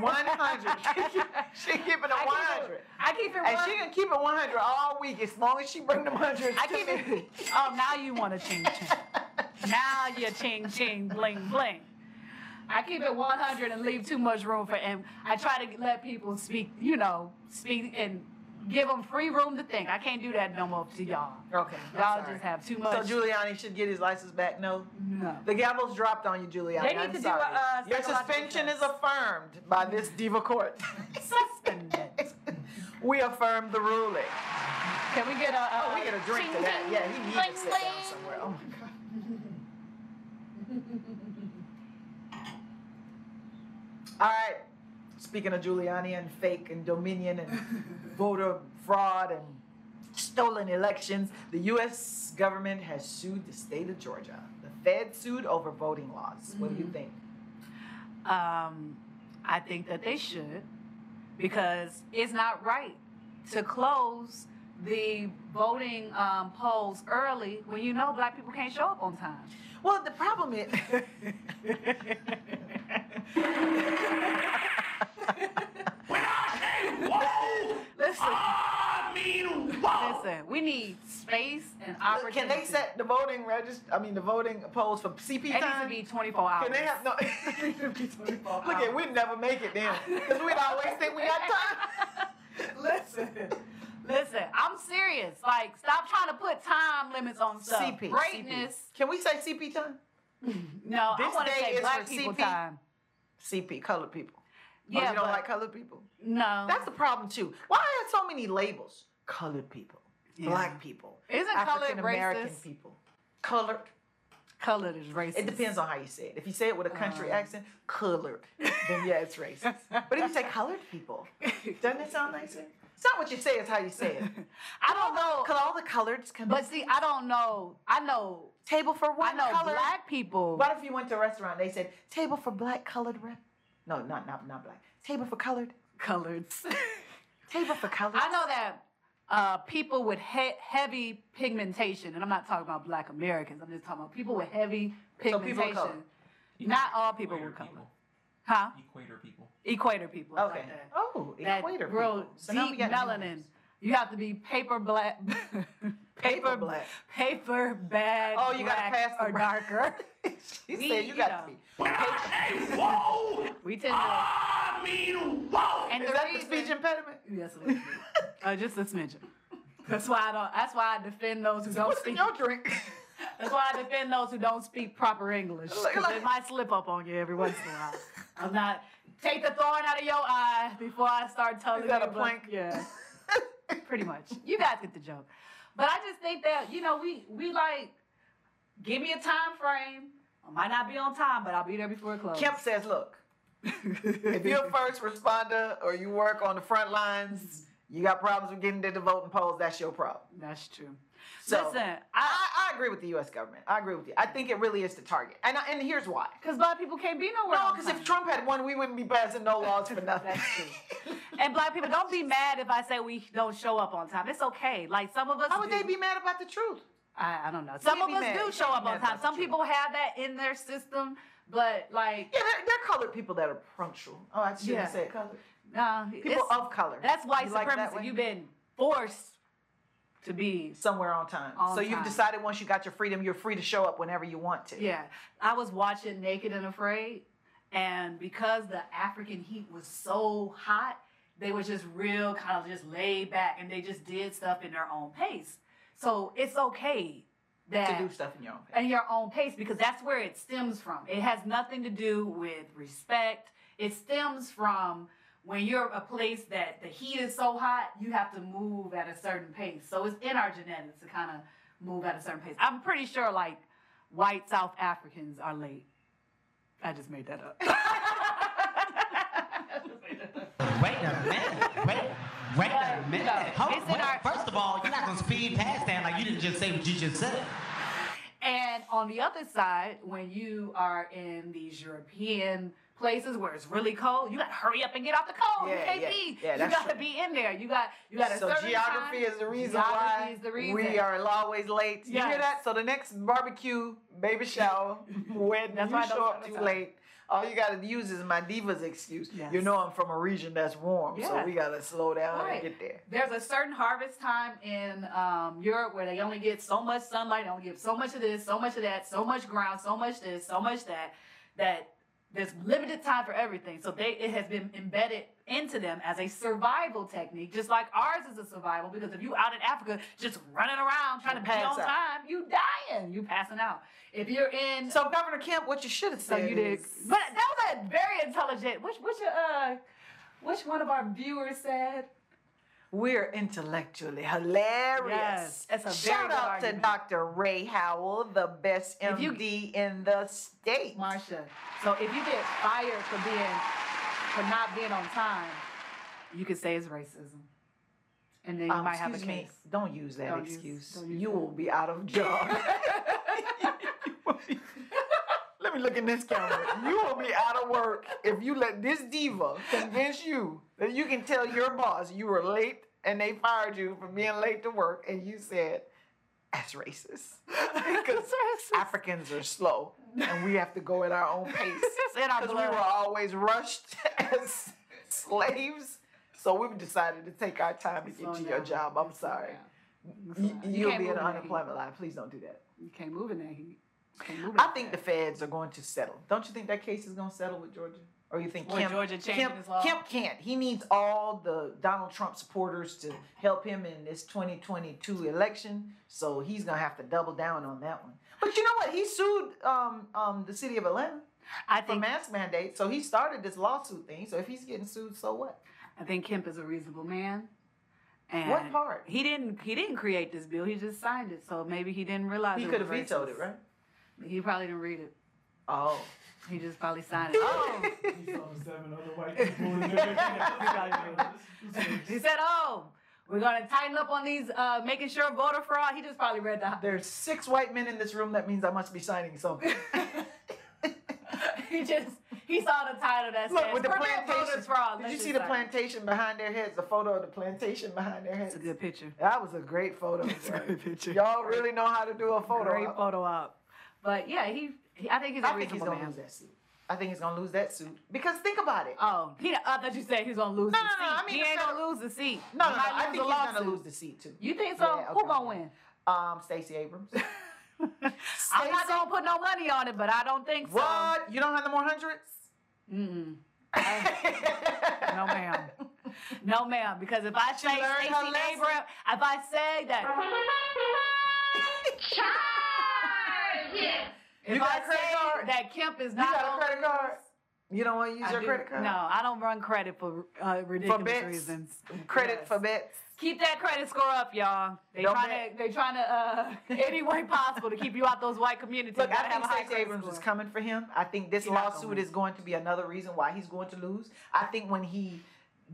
Speaker 2: 100. She keep- she keep it a
Speaker 1: I keep
Speaker 2: 100.
Speaker 1: it, I keep it
Speaker 2: And
Speaker 1: one-
Speaker 2: she can keep it 100 all week as long as she bring them 100.
Speaker 1: I keep it. Oh, now you want to ching ching. Now you're ching ching bling bling. I keep it 100 and leave too much room for and I try to let people speak, you know, speak and give them free room to think. I can't do that no more to y'all.
Speaker 2: Okay.
Speaker 1: Y'all just have too much.
Speaker 2: So Giuliani should get his license back. No.
Speaker 1: no.
Speaker 2: The gavel's dropped on you, Giuliani.
Speaker 1: They need
Speaker 2: I'm
Speaker 1: to do a,
Speaker 2: sorry.
Speaker 1: uh,
Speaker 2: Your
Speaker 1: psychological
Speaker 2: suspension
Speaker 1: test.
Speaker 2: is affirmed by this diva court.
Speaker 1: Suspended.
Speaker 2: we affirm the ruling.
Speaker 1: Can we get a? Uh,
Speaker 2: Oh, we get a drink to
Speaker 1: ching,
Speaker 2: that.
Speaker 1: ching,
Speaker 2: Yeah, he needs
Speaker 1: bling,
Speaker 2: to sit down
Speaker 1: bling?
Speaker 2: somewhere. Oh my god. All right. Speaking of Giuliani and fake and Dominion and voter fraud and stolen elections, the U.S. government has sued the state of Georgia. The Fed sued over voting laws. What do you
Speaker 1: Mhm.
Speaker 2: think?
Speaker 1: Um, I think that they should because it's not right to close the voting um, polls early when you know black people can't show up on time.
Speaker 2: Well, the problem is.
Speaker 1: Listen,
Speaker 4: I mean, wow.
Speaker 1: listen, we need space and
Speaker 2: Look,
Speaker 1: opportunity.
Speaker 2: Can they set the voting register? I mean, the voting polls for CP
Speaker 1: It needs to
Speaker 2: time?
Speaker 1: be 24 hours.
Speaker 2: Can they have no? Look at we'd never make it then because we'd always think we got time.
Speaker 1: Listen, listen, I'm serious. Like, stop trying to put time limits on stuff.
Speaker 2: CP.
Speaker 1: Greatness.
Speaker 2: Can we say CP time?
Speaker 1: No, I
Speaker 2: This
Speaker 1: want to
Speaker 2: day
Speaker 1: say
Speaker 2: is
Speaker 1: black
Speaker 2: for
Speaker 1: people
Speaker 2: CP.
Speaker 1: time.
Speaker 2: CP colored people. Yeah,
Speaker 1: Yeah,
Speaker 2: you don't
Speaker 1: but
Speaker 2: like colored people.
Speaker 1: no.
Speaker 2: That's the problem too. Why are so many labels? Colored people,
Speaker 1: Yeah.
Speaker 2: black people,
Speaker 1: Isn't colored
Speaker 2: African American
Speaker 1: racist?
Speaker 2: people, colored.
Speaker 1: Colored is racist.
Speaker 2: It depends on how you say it. If you say it with a country
Speaker 1: Um.
Speaker 2: accent, colored, then yeah, it's racist. But if you say colored people, doesn't it sound nicer? It's not what you say; it's how you say it.
Speaker 1: I don't know.
Speaker 2: Cause all the coloreds can
Speaker 1: But see, I don't know. I know.
Speaker 2: table for
Speaker 1: I
Speaker 2: one
Speaker 1: know
Speaker 2: color.
Speaker 1: black people.
Speaker 2: What if you went to a restaurant? They said table for black colored rep. No, not not not black. Table for colored.
Speaker 1: colored.
Speaker 2: Table for colored.
Speaker 1: I know that uh, people with he- heavy pigmentation, and I'm not talking about black Americans, I'm just talking about people with heavy
Speaker 2: people of color.
Speaker 1: pigmentation. Not all people were colored. Huh?
Speaker 4: Equator people.
Speaker 1: Equator people.
Speaker 2: Okay.
Speaker 1: Like that.
Speaker 2: Oh,
Speaker 1: that
Speaker 2: equator
Speaker 1: real
Speaker 2: people. So now we
Speaker 1: deep
Speaker 2: got
Speaker 1: melanin.
Speaker 2: humans.
Speaker 1: You have to be paper black,
Speaker 2: Paper black.
Speaker 1: paper bag.
Speaker 2: Oh, you gotta
Speaker 1: black
Speaker 2: pass the
Speaker 1: or darker.
Speaker 2: You
Speaker 1: We,
Speaker 2: said you
Speaker 1: you
Speaker 2: got to
Speaker 1: know,
Speaker 2: be.
Speaker 4: When I say whoa,
Speaker 1: we tend to.
Speaker 4: I mean, whoa.
Speaker 1: Ah! And
Speaker 2: Is
Speaker 1: the
Speaker 2: that
Speaker 1: reason,
Speaker 2: the speech impediment?
Speaker 1: Yes, it is. uh, just a smidgen. That's why I don't. That's why I defend those who don't
Speaker 2: What's in
Speaker 1: speak.
Speaker 2: your drink?
Speaker 1: That's why I defend those who don't speak proper English. 'cause it might slip up on you every once in a while. I'm not. Take the thorn out of your eye before I start telling
Speaker 2: Is that
Speaker 1: you.
Speaker 2: a
Speaker 1: but-
Speaker 2: plank?
Speaker 1: Yeah. pretty much. You guys get the joke. But I just think that you know we we like give me a time frame. I might not be on time, but I'll be there before it closes.
Speaker 2: Kemp says, look, if you're a first responder or you work on the front lines,
Speaker 1: Mm-hmm.
Speaker 2: you got problems with getting to the voting polls. That's your problem.
Speaker 1: That's true.
Speaker 2: So-
Speaker 1: Listen, I
Speaker 2: I, I agree with the U.S. government. I agree with you. I think it really is the target, and I, and here's why.
Speaker 1: because black people can't be nowhere.
Speaker 2: No,
Speaker 1: on
Speaker 2: because
Speaker 1: time.
Speaker 2: if Trump had won, we wouldn't be passing no laws for nothing.
Speaker 1: That's true. and black people don't be mad if I say we don't show up on time. It's okay. Like some of us.
Speaker 2: How would
Speaker 1: do.
Speaker 2: they be mad about the truth?
Speaker 1: I, I don't know. Some
Speaker 2: They'd
Speaker 1: of
Speaker 2: be
Speaker 1: us
Speaker 2: mad.
Speaker 1: do
Speaker 2: They'd
Speaker 1: show
Speaker 2: be
Speaker 1: up
Speaker 2: mad
Speaker 1: on time.
Speaker 2: about
Speaker 1: Some
Speaker 2: the truth.
Speaker 1: people have that in their system, but like,
Speaker 2: Yeah, they're, they're colored people that are punctual. Oh, I shouldn't
Speaker 1: Yeah.
Speaker 2: have said colored.
Speaker 1: nah.
Speaker 2: People
Speaker 1: it's-
Speaker 2: of color.
Speaker 1: That's white
Speaker 2: You like that
Speaker 1: supremacy.
Speaker 2: way?
Speaker 1: You've been forced to be.
Speaker 2: somewhere on time.
Speaker 1: On
Speaker 2: so you've
Speaker 1: time.
Speaker 2: decided once you got your freedom, you're free to show up whenever you want to.
Speaker 1: Yeah. I was watching Naked and Afraid, and because the African heat was so hot, they were just real kind of just laid back and they just did stuff in their own pace. So it's okay that
Speaker 2: To do stuff in your own pace.
Speaker 1: and your own pace because that's where it stems from. It has nothing to do with respect. It stems from when you're a place that the heat is so hot, you have to move at a certain pace. So it's in our genetics to kind of move at a certain pace. I'm pretty sure like white South Africans are late. I just made that up.
Speaker 5: Wait a minute. Wait. Wait
Speaker 1: But,
Speaker 5: a
Speaker 1: you
Speaker 5: minute.
Speaker 1: know,
Speaker 5: Hold
Speaker 1: it's
Speaker 5: on.
Speaker 1: in
Speaker 5: Wait.
Speaker 1: our-
Speaker 5: First of all, you're not gonna speed past that like you didn't just say what you just said.
Speaker 1: And on the other side, when you are in these European places where it's really cold, you gotta hurry up and get out the cold.
Speaker 2: Yeah,
Speaker 1: you can't
Speaker 2: yeah,
Speaker 1: be.
Speaker 2: yeah,
Speaker 1: you
Speaker 2: that's
Speaker 1: gotta
Speaker 2: true.
Speaker 1: be in there. You got you got a
Speaker 2: so
Speaker 1: certain
Speaker 2: geography
Speaker 1: time.
Speaker 2: is the reason
Speaker 1: Geography
Speaker 2: why
Speaker 1: is the reason.
Speaker 2: we are always late. You hear
Speaker 1: Yes.
Speaker 2: that? So the next barbecue, baby shower, wedding,
Speaker 1: That's
Speaker 2: you
Speaker 1: why I don't
Speaker 2: show up
Speaker 1: tell
Speaker 2: too
Speaker 1: the time.
Speaker 2: late. All you gotta use is my diva's excuse.
Speaker 1: Yes.
Speaker 2: You know I'm from a region that's warm, so
Speaker 1: Yeah.
Speaker 2: we gotta slow down
Speaker 1: Right.
Speaker 2: and get there.
Speaker 1: There's a certain harvest time in um, Europe where they only get so much sunlight, they only get so much of this, so much of that, so much ground, so much this, so much that, that there's limited time for everything. So they it has been embedded into them as a survival technique, just like ours is a survival. Because if you out in Africa just running around trying to be
Speaker 2: Pass
Speaker 1: on
Speaker 2: out.
Speaker 1: time, you dying, you passing out. If you're in
Speaker 2: So Governor Kemp, what you should have
Speaker 1: so
Speaker 2: said
Speaker 1: you did,
Speaker 2: is-
Speaker 1: but that was a very intelligent. Which which uh, which one of our viewers said?
Speaker 2: We're intellectually hilarious.
Speaker 1: Yes, it's a very
Speaker 2: Shout
Speaker 1: good
Speaker 2: out
Speaker 1: argument.
Speaker 2: to Dr. Ray Howell, the best
Speaker 1: If
Speaker 2: MD
Speaker 1: you-
Speaker 2: in the state.
Speaker 1: Marsha. So if you get fired for being for not being on time, you could say it's racism, and then you
Speaker 2: Um,
Speaker 1: might have a
Speaker 2: excuse me,
Speaker 1: case.
Speaker 2: Don't use that
Speaker 1: Don't use-
Speaker 2: excuse.
Speaker 1: don't use
Speaker 2: you
Speaker 1: that.
Speaker 2: will be out of job. me look in this camera. You will be out of work if you let this diva convince you that you can tell your boss you were late and they fired you for being late to work, and you said that's racist because Africans are slow and we have to go at our own pace
Speaker 1: It's in our
Speaker 2: because we
Speaker 1: blood.
Speaker 2: were always rushed as slaves. So we decided to take our time to get
Speaker 1: Slow
Speaker 2: to your
Speaker 1: down.
Speaker 2: job. I'm
Speaker 1: Slow
Speaker 2: sorry.
Speaker 1: down.
Speaker 2: You,
Speaker 1: Slow down.
Speaker 2: you'll
Speaker 1: can't move
Speaker 2: be in the
Speaker 1: in that
Speaker 2: unemployment line. Please don't do that.
Speaker 1: heat. You can't move in that heat. You can't move in
Speaker 2: I
Speaker 1: that
Speaker 2: think the
Speaker 1: fast.
Speaker 2: feds are going to settle. Don't you think that case is going to settle with Georgia? Or you think
Speaker 1: With
Speaker 2: Kemp,
Speaker 1: Georgia changing
Speaker 2: Kemp,
Speaker 1: his law?
Speaker 2: Kemp can't. He needs all the Donald Trump supporters to help him in this 2022 election. So he's going to have to double down on that one. But you know what? He sued um, um, the city of Atlanta
Speaker 1: I
Speaker 2: for
Speaker 1: think
Speaker 2: mask mandate. So he started this lawsuit thing. So if he's getting sued, so what?
Speaker 1: I think Kemp is a reasonable man. And
Speaker 2: What part?
Speaker 1: He didn't. He didn't create this bill. He just signed it. So maybe he didn't realize
Speaker 2: He
Speaker 1: it
Speaker 2: could
Speaker 1: was
Speaker 2: have vetoed
Speaker 1: racist.
Speaker 2: it, right?
Speaker 1: He probably didn't read it.
Speaker 2: Oh.
Speaker 1: He just probably signed it.
Speaker 2: Oh.
Speaker 6: He saw seven other white people in there.
Speaker 1: he said, "Oh, we're gonna tighten up on these, uh, making sure voter fraud." He just probably read the.
Speaker 2: There's six white men in this room. That means I must be signing something.
Speaker 1: He just he saw the title that
Speaker 2: Look
Speaker 1: says
Speaker 2: with the
Speaker 1: "Prevent
Speaker 2: plantation.
Speaker 1: voter fraud."
Speaker 2: Did you
Speaker 1: Let's
Speaker 2: see
Speaker 1: just
Speaker 2: the
Speaker 1: sign it.
Speaker 2: plantation behind their heads? The photo of the plantation behind their heads.
Speaker 1: It's a good picture.
Speaker 2: That was a great photo.
Speaker 1: It's a good picture.
Speaker 2: Y'all really know how to do a photo.
Speaker 1: Great
Speaker 2: op.
Speaker 1: photo op. But yeah, he. he- I think he's a
Speaker 2: I think he's
Speaker 1: reasonable
Speaker 2: gonna
Speaker 1: man.
Speaker 2: lose that suit. I think he's gonna lose that suit because think about it. Um,
Speaker 1: Oh, he, I thought you said he's gonna lose
Speaker 2: No,
Speaker 1: the
Speaker 2: no,
Speaker 1: seat.
Speaker 2: no, I mean
Speaker 1: he
Speaker 2: the
Speaker 1: ain't gonna
Speaker 2: federal-
Speaker 1: lose the seat.
Speaker 2: No, no,
Speaker 1: He
Speaker 2: no.
Speaker 1: might
Speaker 2: I
Speaker 1: lose
Speaker 2: think
Speaker 1: the
Speaker 2: he's gonna
Speaker 1: lawsuit.
Speaker 2: lose the seat too.
Speaker 1: You think so?
Speaker 2: Yeah,
Speaker 1: Who
Speaker 2: okay.
Speaker 1: gonna win?
Speaker 2: Um, Stacey Abrams.
Speaker 1: I'm
Speaker 2: Stacey-
Speaker 1: not gonna put no money on it, but I don't think so.
Speaker 2: What? You don't have the more hundreds?
Speaker 1: Mm-mm. No, ma'am. No, ma'am. Because if I say
Speaker 2: learned her
Speaker 1: Stacey
Speaker 2: lesson.
Speaker 1: Abrams, if I say that,
Speaker 2: You
Speaker 1: if
Speaker 2: got
Speaker 1: I
Speaker 2: a credit
Speaker 1: say
Speaker 2: card?
Speaker 1: that Kemp is
Speaker 2: You
Speaker 1: not
Speaker 2: got a
Speaker 1: gonna
Speaker 2: credit card? You don't want to use
Speaker 1: I
Speaker 2: your
Speaker 1: do-
Speaker 2: credit card?
Speaker 1: No, I don't run credit for uh, ridiculous
Speaker 2: bits.
Speaker 1: reasons.
Speaker 2: Credit
Speaker 1: Yes.
Speaker 2: for bets.
Speaker 1: Keep that credit score up, y'all. They
Speaker 2: Don't
Speaker 1: trying to, they trying to, uh, any way possible to keep you out those white communities.
Speaker 2: Look,
Speaker 1: You
Speaker 2: I
Speaker 1: gotta have
Speaker 2: think
Speaker 1: a high
Speaker 2: Stacey
Speaker 1: credit
Speaker 2: Abrams
Speaker 1: score.
Speaker 2: is coming for him. I think this
Speaker 1: He's not gonna
Speaker 2: lawsuit
Speaker 1: win.
Speaker 2: is going to be another reason why he's going to lose. I think when he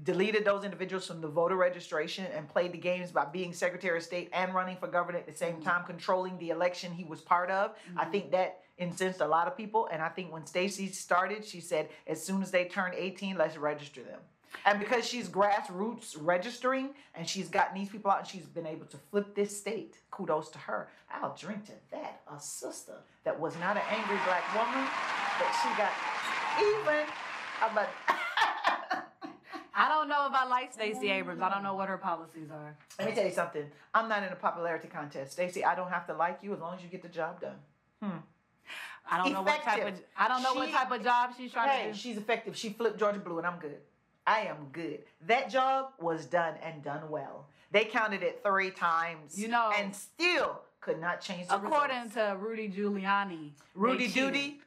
Speaker 2: deleted those individuals from the voter registration and played the games by being Secretary of State and running for governor at the
Speaker 1: Mm-hmm.
Speaker 2: same time, controlling the election he was part of, I think that incensed a lot of people. And I think when Stacey started, she said, as soon as they turn 18, let's register them. And because she's grassroots registering and she's gotten these people out and she's been able to flip this state, kudos to her. I'll drink to that. A sister that was not an angry black woman, but she got even about
Speaker 1: I don't know if I like Stacey Abrams. I don't know what her policies are.
Speaker 2: Let me tell you something. I'm not in a popularity contest. Stacey, I don't have to like you as long as you get the job done.
Speaker 1: I don't know what type of
Speaker 2: Effective.
Speaker 1: I don't know what
Speaker 2: She-
Speaker 1: type of job she's trying
Speaker 2: Hey,
Speaker 1: to do.
Speaker 2: she's effective. She flipped Georgia Blue, and I'm good. I am good. That job was done and done well. They counted it three times.
Speaker 1: You know-
Speaker 2: and still could not change the
Speaker 1: According
Speaker 2: results.
Speaker 1: to Rudy Giuliani, they
Speaker 2: Rudy
Speaker 1: cheated.
Speaker 2: Duty,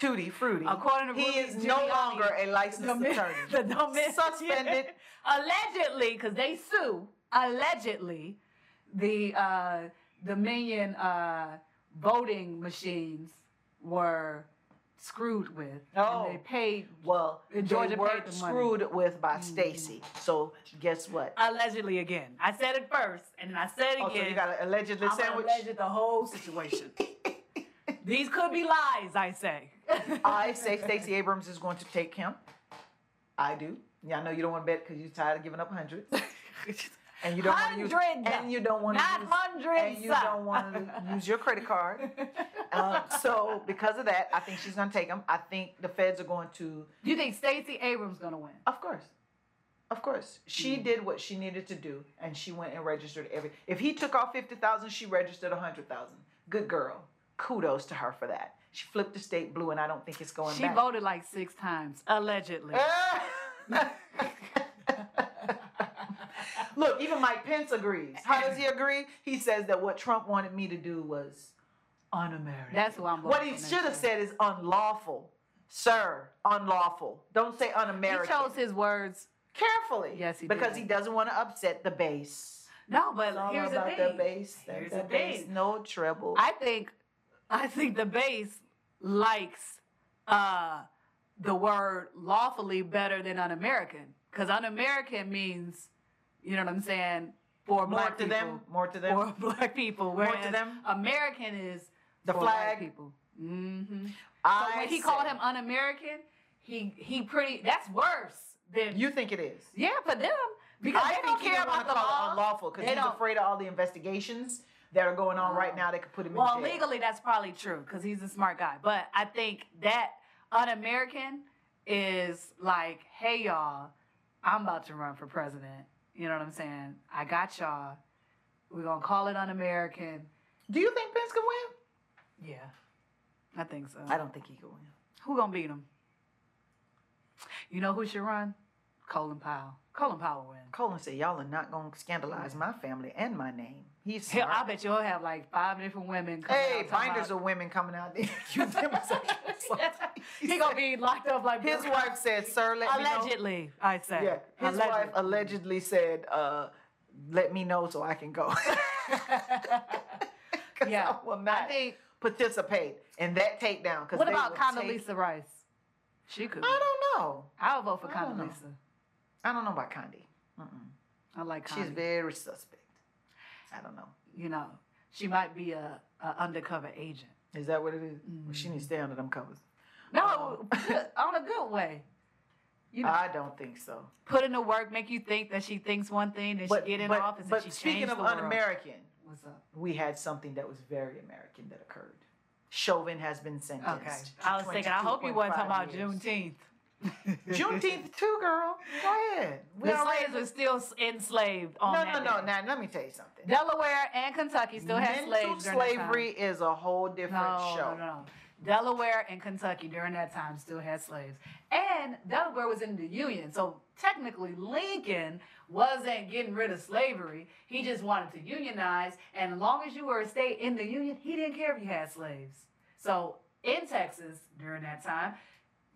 Speaker 2: Tootie Fruity.
Speaker 1: According to
Speaker 2: he
Speaker 1: Rudy
Speaker 2: is no
Speaker 1: Giuliani,
Speaker 2: longer a licensed
Speaker 1: the men-
Speaker 2: attorney.
Speaker 1: the domin-
Speaker 2: Suspended.
Speaker 1: allegedly because they sue allegedly the uh, Dominion uh, voting machines were screwed with
Speaker 2: Oh.
Speaker 1: and they paid
Speaker 2: Well,
Speaker 1: And
Speaker 2: they
Speaker 1: Georgia
Speaker 2: were
Speaker 1: paid the money. Mm-hmm.
Speaker 2: screwed with by Stacey. So guess what?
Speaker 1: allegedly again. I said it first and then I said it
Speaker 2: Oh, so
Speaker 1: again.
Speaker 2: you got an alleged
Speaker 1: I'm gonna
Speaker 2: sandwich.
Speaker 1: alleged the whole situation. These could be lies, I say.
Speaker 2: I say Stacey Abrams is going to take him. I do. Yeah, I know you don't want to bet because you're tired of giving up hundreds, and you don't want to use
Speaker 1: Hundreds.
Speaker 2: and you don't want to
Speaker 1: Not
Speaker 2: use,
Speaker 1: hundreds.
Speaker 2: and you don't want to use your credit card. Um, so because of that, I think she's going to take him. I think the feds are going to,
Speaker 1: You think Stacey Abrams gonna win?
Speaker 2: of course, of course.
Speaker 1: Mm-hmm.
Speaker 2: She did what she needed to do, and she went and registered every. If he took off fifty thousand, she registered a hundred thousand. Good girl. Kudos to her for that. She flipped the state blue, and I don't think it's going
Speaker 1: She
Speaker 2: back.
Speaker 1: voted like six times, allegedly.
Speaker 2: Look, even Mike Pence agrees. How does he agree? He says that what Trump wanted me to do was un-American.
Speaker 1: That's who I'm
Speaker 2: what
Speaker 1: voting
Speaker 2: he
Speaker 1: for next
Speaker 2: should have
Speaker 1: year.
Speaker 2: said is unlawful, sir. Unlawful. Don't say
Speaker 1: He
Speaker 2: un-American.
Speaker 1: chose his words.
Speaker 2: carefully.
Speaker 1: Yes, he
Speaker 2: because
Speaker 1: did.
Speaker 2: he doesn't want to upset the base.
Speaker 1: No, but
Speaker 2: It's all
Speaker 1: here's the
Speaker 2: about
Speaker 1: thing.
Speaker 2: the base.
Speaker 1: Here's
Speaker 2: the
Speaker 1: the
Speaker 2: base.
Speaker 1: thing.
Speaker 2: No trouble.
Speaker 1: I think, I think the base likes uh, the word lawfully better than un-American because un-American means, you know what I'm saying, for
Speaker 2: more
Speaker 1: black
Speaker 2: to
Speaker 1: people,
Speaker 2: them. More to them.
Speaker 1: for black people.
Speaker 2: to
Speaker 1: Whereas
Speaker 2: them.
Speaker 1: American is
Speaker 2: The
Speaker 1: for white
Speaker 2: flag.
Speaker 1: people. hmm So
Speaker 2: I
Speaker 1: when he
Speaker 2: said-
Speaker 1: called him un-American, he he pretty. That's worse than
Speaker 2: you think it is?
Speaker 1: Yeah, for them because
Speaker 2: I
Speaker 1: they
Speaker 2: don't
Speaker 1: think he
Speaker 2: care
Speaker 1: didn't
Speaker 2: about the
Speaker 1: wanna call
Speaker 2: law
Speaker 1: it
Speaker 2: unlawful because
Speaker 1: They
Speaker 2: he's
Speaker 1: don't.
Speaker 2: afraid of all the investigations that are going on right now that could put him
Speaker 1: Well,
Speaker 2: in jail.
Speaker 1: legally, that's probably true because he's a smart guy. But I think that un-American is like, hey y'all, I'm about to run for president. You know what I'm saying? I got y'all. We're gonna call it un-American.
Speaker 2: Do you think Pence can win?
Speaker 1: Yeah, I think so.
Speaker 2: I don't think he can win.
Speaker 1: Who gonna beat him? You know who should run? Colin Powell. Colin Powell win.
Speaker 2: Colin said, "Y'all are not gonna scandalize my family and my name." He's
Speaker 1: Hell, I
Speaker 2: smart.
Speaker 1: bet you'll have like five different women. Coming out
Speaker 2: hey,
Speaker 1: talking
Speaker 2: binders
Speaker 1: about-
Speaker 2: of women coming out there. You demisexual.
Speaker 1: he gonna be locked up like
Speaker 2: His
Speaker 1: Bill
Speaker 2: wife said, "Sir, let me know."
Speaker 1: Allegedly, I'd say.
Speaker 2: Yeah, his wife allegedly said, uh, "Let me know so I can go." 'Cause
Speaker 1: Yeah.
Speaker 2: I will not
Speaker 1: I think.
Speaker 2: participate in that takedown. 'cause
Speaker 1: What
Speaker 2: they
Speaker 1: about
Speaker 2: will
Speaker 1: Condoleezza
Speaker 2: take-
Speaker 1: Rice? She could.
Speaker 2: I don't know.
Speaker 1: I'll vote for
Speaker 2: I don't know.
Speaker 1: Condoleezza.
Speaker 2: I don't know about Condi. Mm-mm.
Speaker 1: I like
Speaker 2: She's
Speaker 1: Condoleezza.
Speaker 2: very suspect. I don't know.
Speaker 1: You know, she might be a, a undercover agent.
Speaker 2: Is that what it is? Well, she needs to stay under them covers.
Speaker 1: No, good- on a good way. You know,
Speaker 2: Oh. I don't think so.
Speaker 1: put in the work, make you think that she thinks one thing, then she get in office and
Speaker 2: but
Speaker 1: she
Speaker 2: speaking
Speaker 1: change
Speaker 2: of
Speaker 1: the world.
Speaker 2: un-American,
Speaker 1: What's up?
Speaker 2: we had something that was very American that occurred. Chauvin has been sentenced.
Speaker 1: Okay.
Speaker 2: to
Speaker 1: I was thinking. I hope you wasn't talking about
Speaker 2: 22.5 years.
Speaker 1: Juneteenth.
Speaker 2: Juneteenth too, girl. Go ahead. We
Speaker 1: the
Speaker 2: already-
Speaker 1: slaves are still s- enslaved on
Speaker 2: no,
Speaker 1: that
Speaker 2: no, no.
Speaker 1: day.
Speaker 2: Now let me tell you something.
Speaker 1: Delaware and Kentucky still had
Speaker 2: Mental
Speaker 1: slaves. during that time.
Speaker 2: slavery is a whole different
Speaker 1: No,
Speaker 2: show.
Speaker 1: no, no. Delaware and Kentucky during that time still had slaves. And Delaware was in the Union. So technically, Lincoln wasn't getting rid of slavery. He just wanted to unionize. And as long as you were a state in the Union, he didn't care if you had slaves. So in Texas during that time,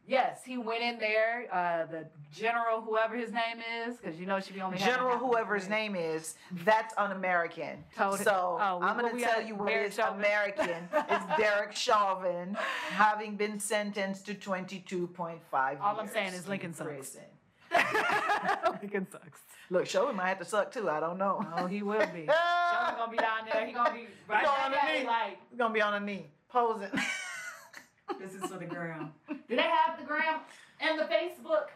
Speaker 1: yes, he went in there, uh, the general, whoever his name is, because you know she be only having
Speaker 2: General,
Speaker 1: half of
Speaker 2: whoever's
Speaker 1: his
Speaker 2: name is, that's un-American.
Speaker 1: Told-
Speaker 2: so
Speaker 1: oh,
Speaker 2: I'm
Speaker 1: what
Speaker 2: going
Speaker 1: we
Speaker 2: to tell
Speaker 1: got,
Speaker 2: you what
Speaker 1: Derek
Speaker 2: is
Speaker 1: Chauvin.
Speaker 2: American. It's Derek Chauvin, having been sentenced to 22.5 years.
Speaker 1: All I'm saying is Lincoln
Speaker 2: in
Speaker 1: sucks.
Speaker 2: prison.
Speaker 1: Lincoln sucks.
Speaker 2: Look, Chauvin might have to suck too. I don't know.
Speaker 1: Oh, he will be. Sheldon gonna be down there. He gonna be right
Speaker 2: Go
Speaker 1: down
Speaker 2: on the knee.
Speaker 1: there, like
Speaker 2: He's going to be on a knee, posing.
Speaker 1: this is for the gram. Do they have the gram and the Facebook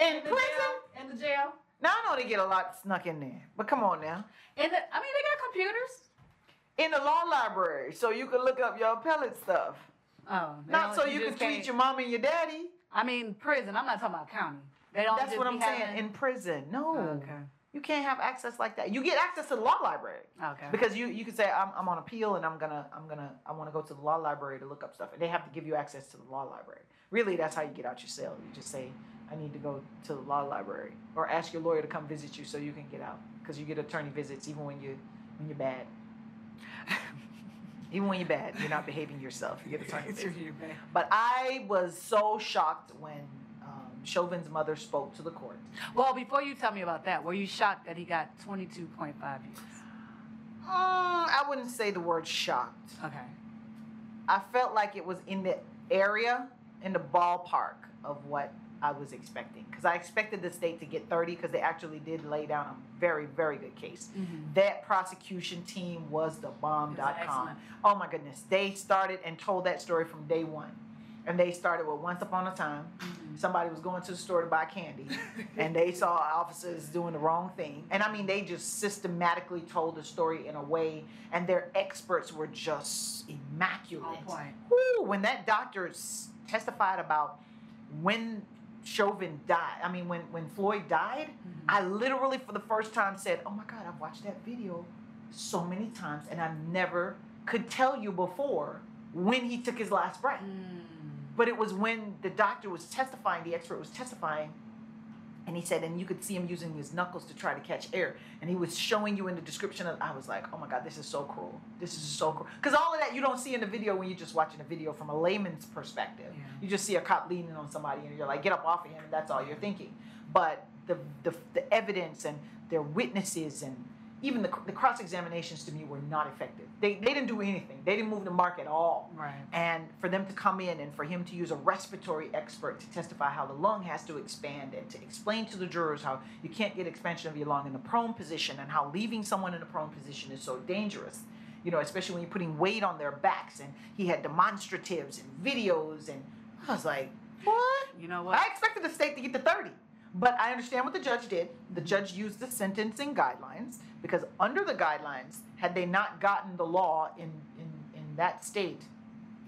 Speaker 2: in
Speaker 1: in the
Speaker 2: prison?
Speaker 1: jail? In the jail?
Speaker 2: Now, I know they get a lot snuck in there, but come on now.
Speaker 1: In the, I mean, they got computers.
Speaker 2: In the law library, so you can look up your appellate stuff.
Speaker 1: Oh, they
Speaker 2: Not so
Speaker 1: don't-
Speaker 2: you can
Speaker 1: just
Speaker 2: tweet
Speaker 1: can't-
Speaker 2: your mom and your daddy.
Speaker 1: I mean, prison. I'm not talking about county. They don't.
Speaker 2: That's
Speaker 1: just
Speaker 2: what
Speaker 1: be
Speaker 2: I'm saying.
Speaker 1: having- Oh,
Speaker 2: In prison, no.
Speaker 1: Okay.
Speaker 2: You can't have access like that. You get access to the law library
Speaker 1: Okay.
Speaker 2: because you you can say I'm, I'm on appeal and I'm gonna I'm gonna I want to go to the law library to look up stuff and they have to give you access to the law library. Really, that's how you get out your cell. You just say I need to go to the law library or ask your lawyer to come visit you so you can get out because you get attorney visits even when you when you're bad. even when you're bad, you're not behaving yourself. You get attorney visits. But I was so shocked when um, Chauvin's mother spoke to the court.
Speaker 1: well, before you tell me about that, were you shocked that he got 22.5 years?
Speaker 2: Mm, I wouldn't say the word shocked.
Speaker 1: Okay.
Speaker 2: I felt like it was in the area, in the ballpark of what I was expecting. Because I expected the state to get 30 because they actually did lay down a very, very good case.
Speaker 1: Mm-hmm.
Speaker 2: That prosecution team was the
Speaker 1: It was
Speaker 2: bomb.com.
Speaker 1: excellent.
Speaker 2: Oh my goodness. They started and told that story from day one. And they started with once upon a time,
Speaker 1: Mm-hmm.
Speaker 2: somebody was going to the store to buy candy, and they saw officers doing the wrong thing. And I mean, they just systematically told the story in a way, and their experts were just immaculate.
Speaker 1: On point.
Speaker 2: Woo, when that doctor s- testified about when Chauvin died, I mean, when, when Floyd died,
Speaker 1: Mm-hmm.
Speaker 2: I literally for the first time said, Oh my God, I've watched that video so many times and I never could tell you before when he took his last breath.
Speaker 1: Mm-hmm.
Speaker 2: But it was when the doctor was testifying, the expert was testifying, and he said, and you could see him using his knuckles to try to catch air. And he was showing you in the description of, I was like, oh my God, this is so cruel. This is so cruel. Because all of that you don't see in the video when you're just watching a video from a layman's perspective.
Speaker 1: Yeah.
Speaker 2: You just see a cop leaning on somebody and you're like, get up off of him, and that's all you're thinking. But the, the, the evidence and their witnesses and even the, the cross examinations to me were not effective. They, they didn't do anything, they didn't move the mark at all.
Speaker 1: Right.
Speaker 2: And for them to come in and for him to use a respiratory expert to testify how the lung has to expand and to explain to the jurors how you can't get expansion of your lung in the prone position and how leaving someone in a prone position is so dangerous. you know, especially when you're putting weight on their backs. And he had demonstratives and videos, and I was like, what?
Speaker 1: You know what?
Speaker 2: I expected the state to get to 30. But I understand what the judge did. The judge used the sentencing guidelines because under the guidelines, had they not gotten the law in, in, in that state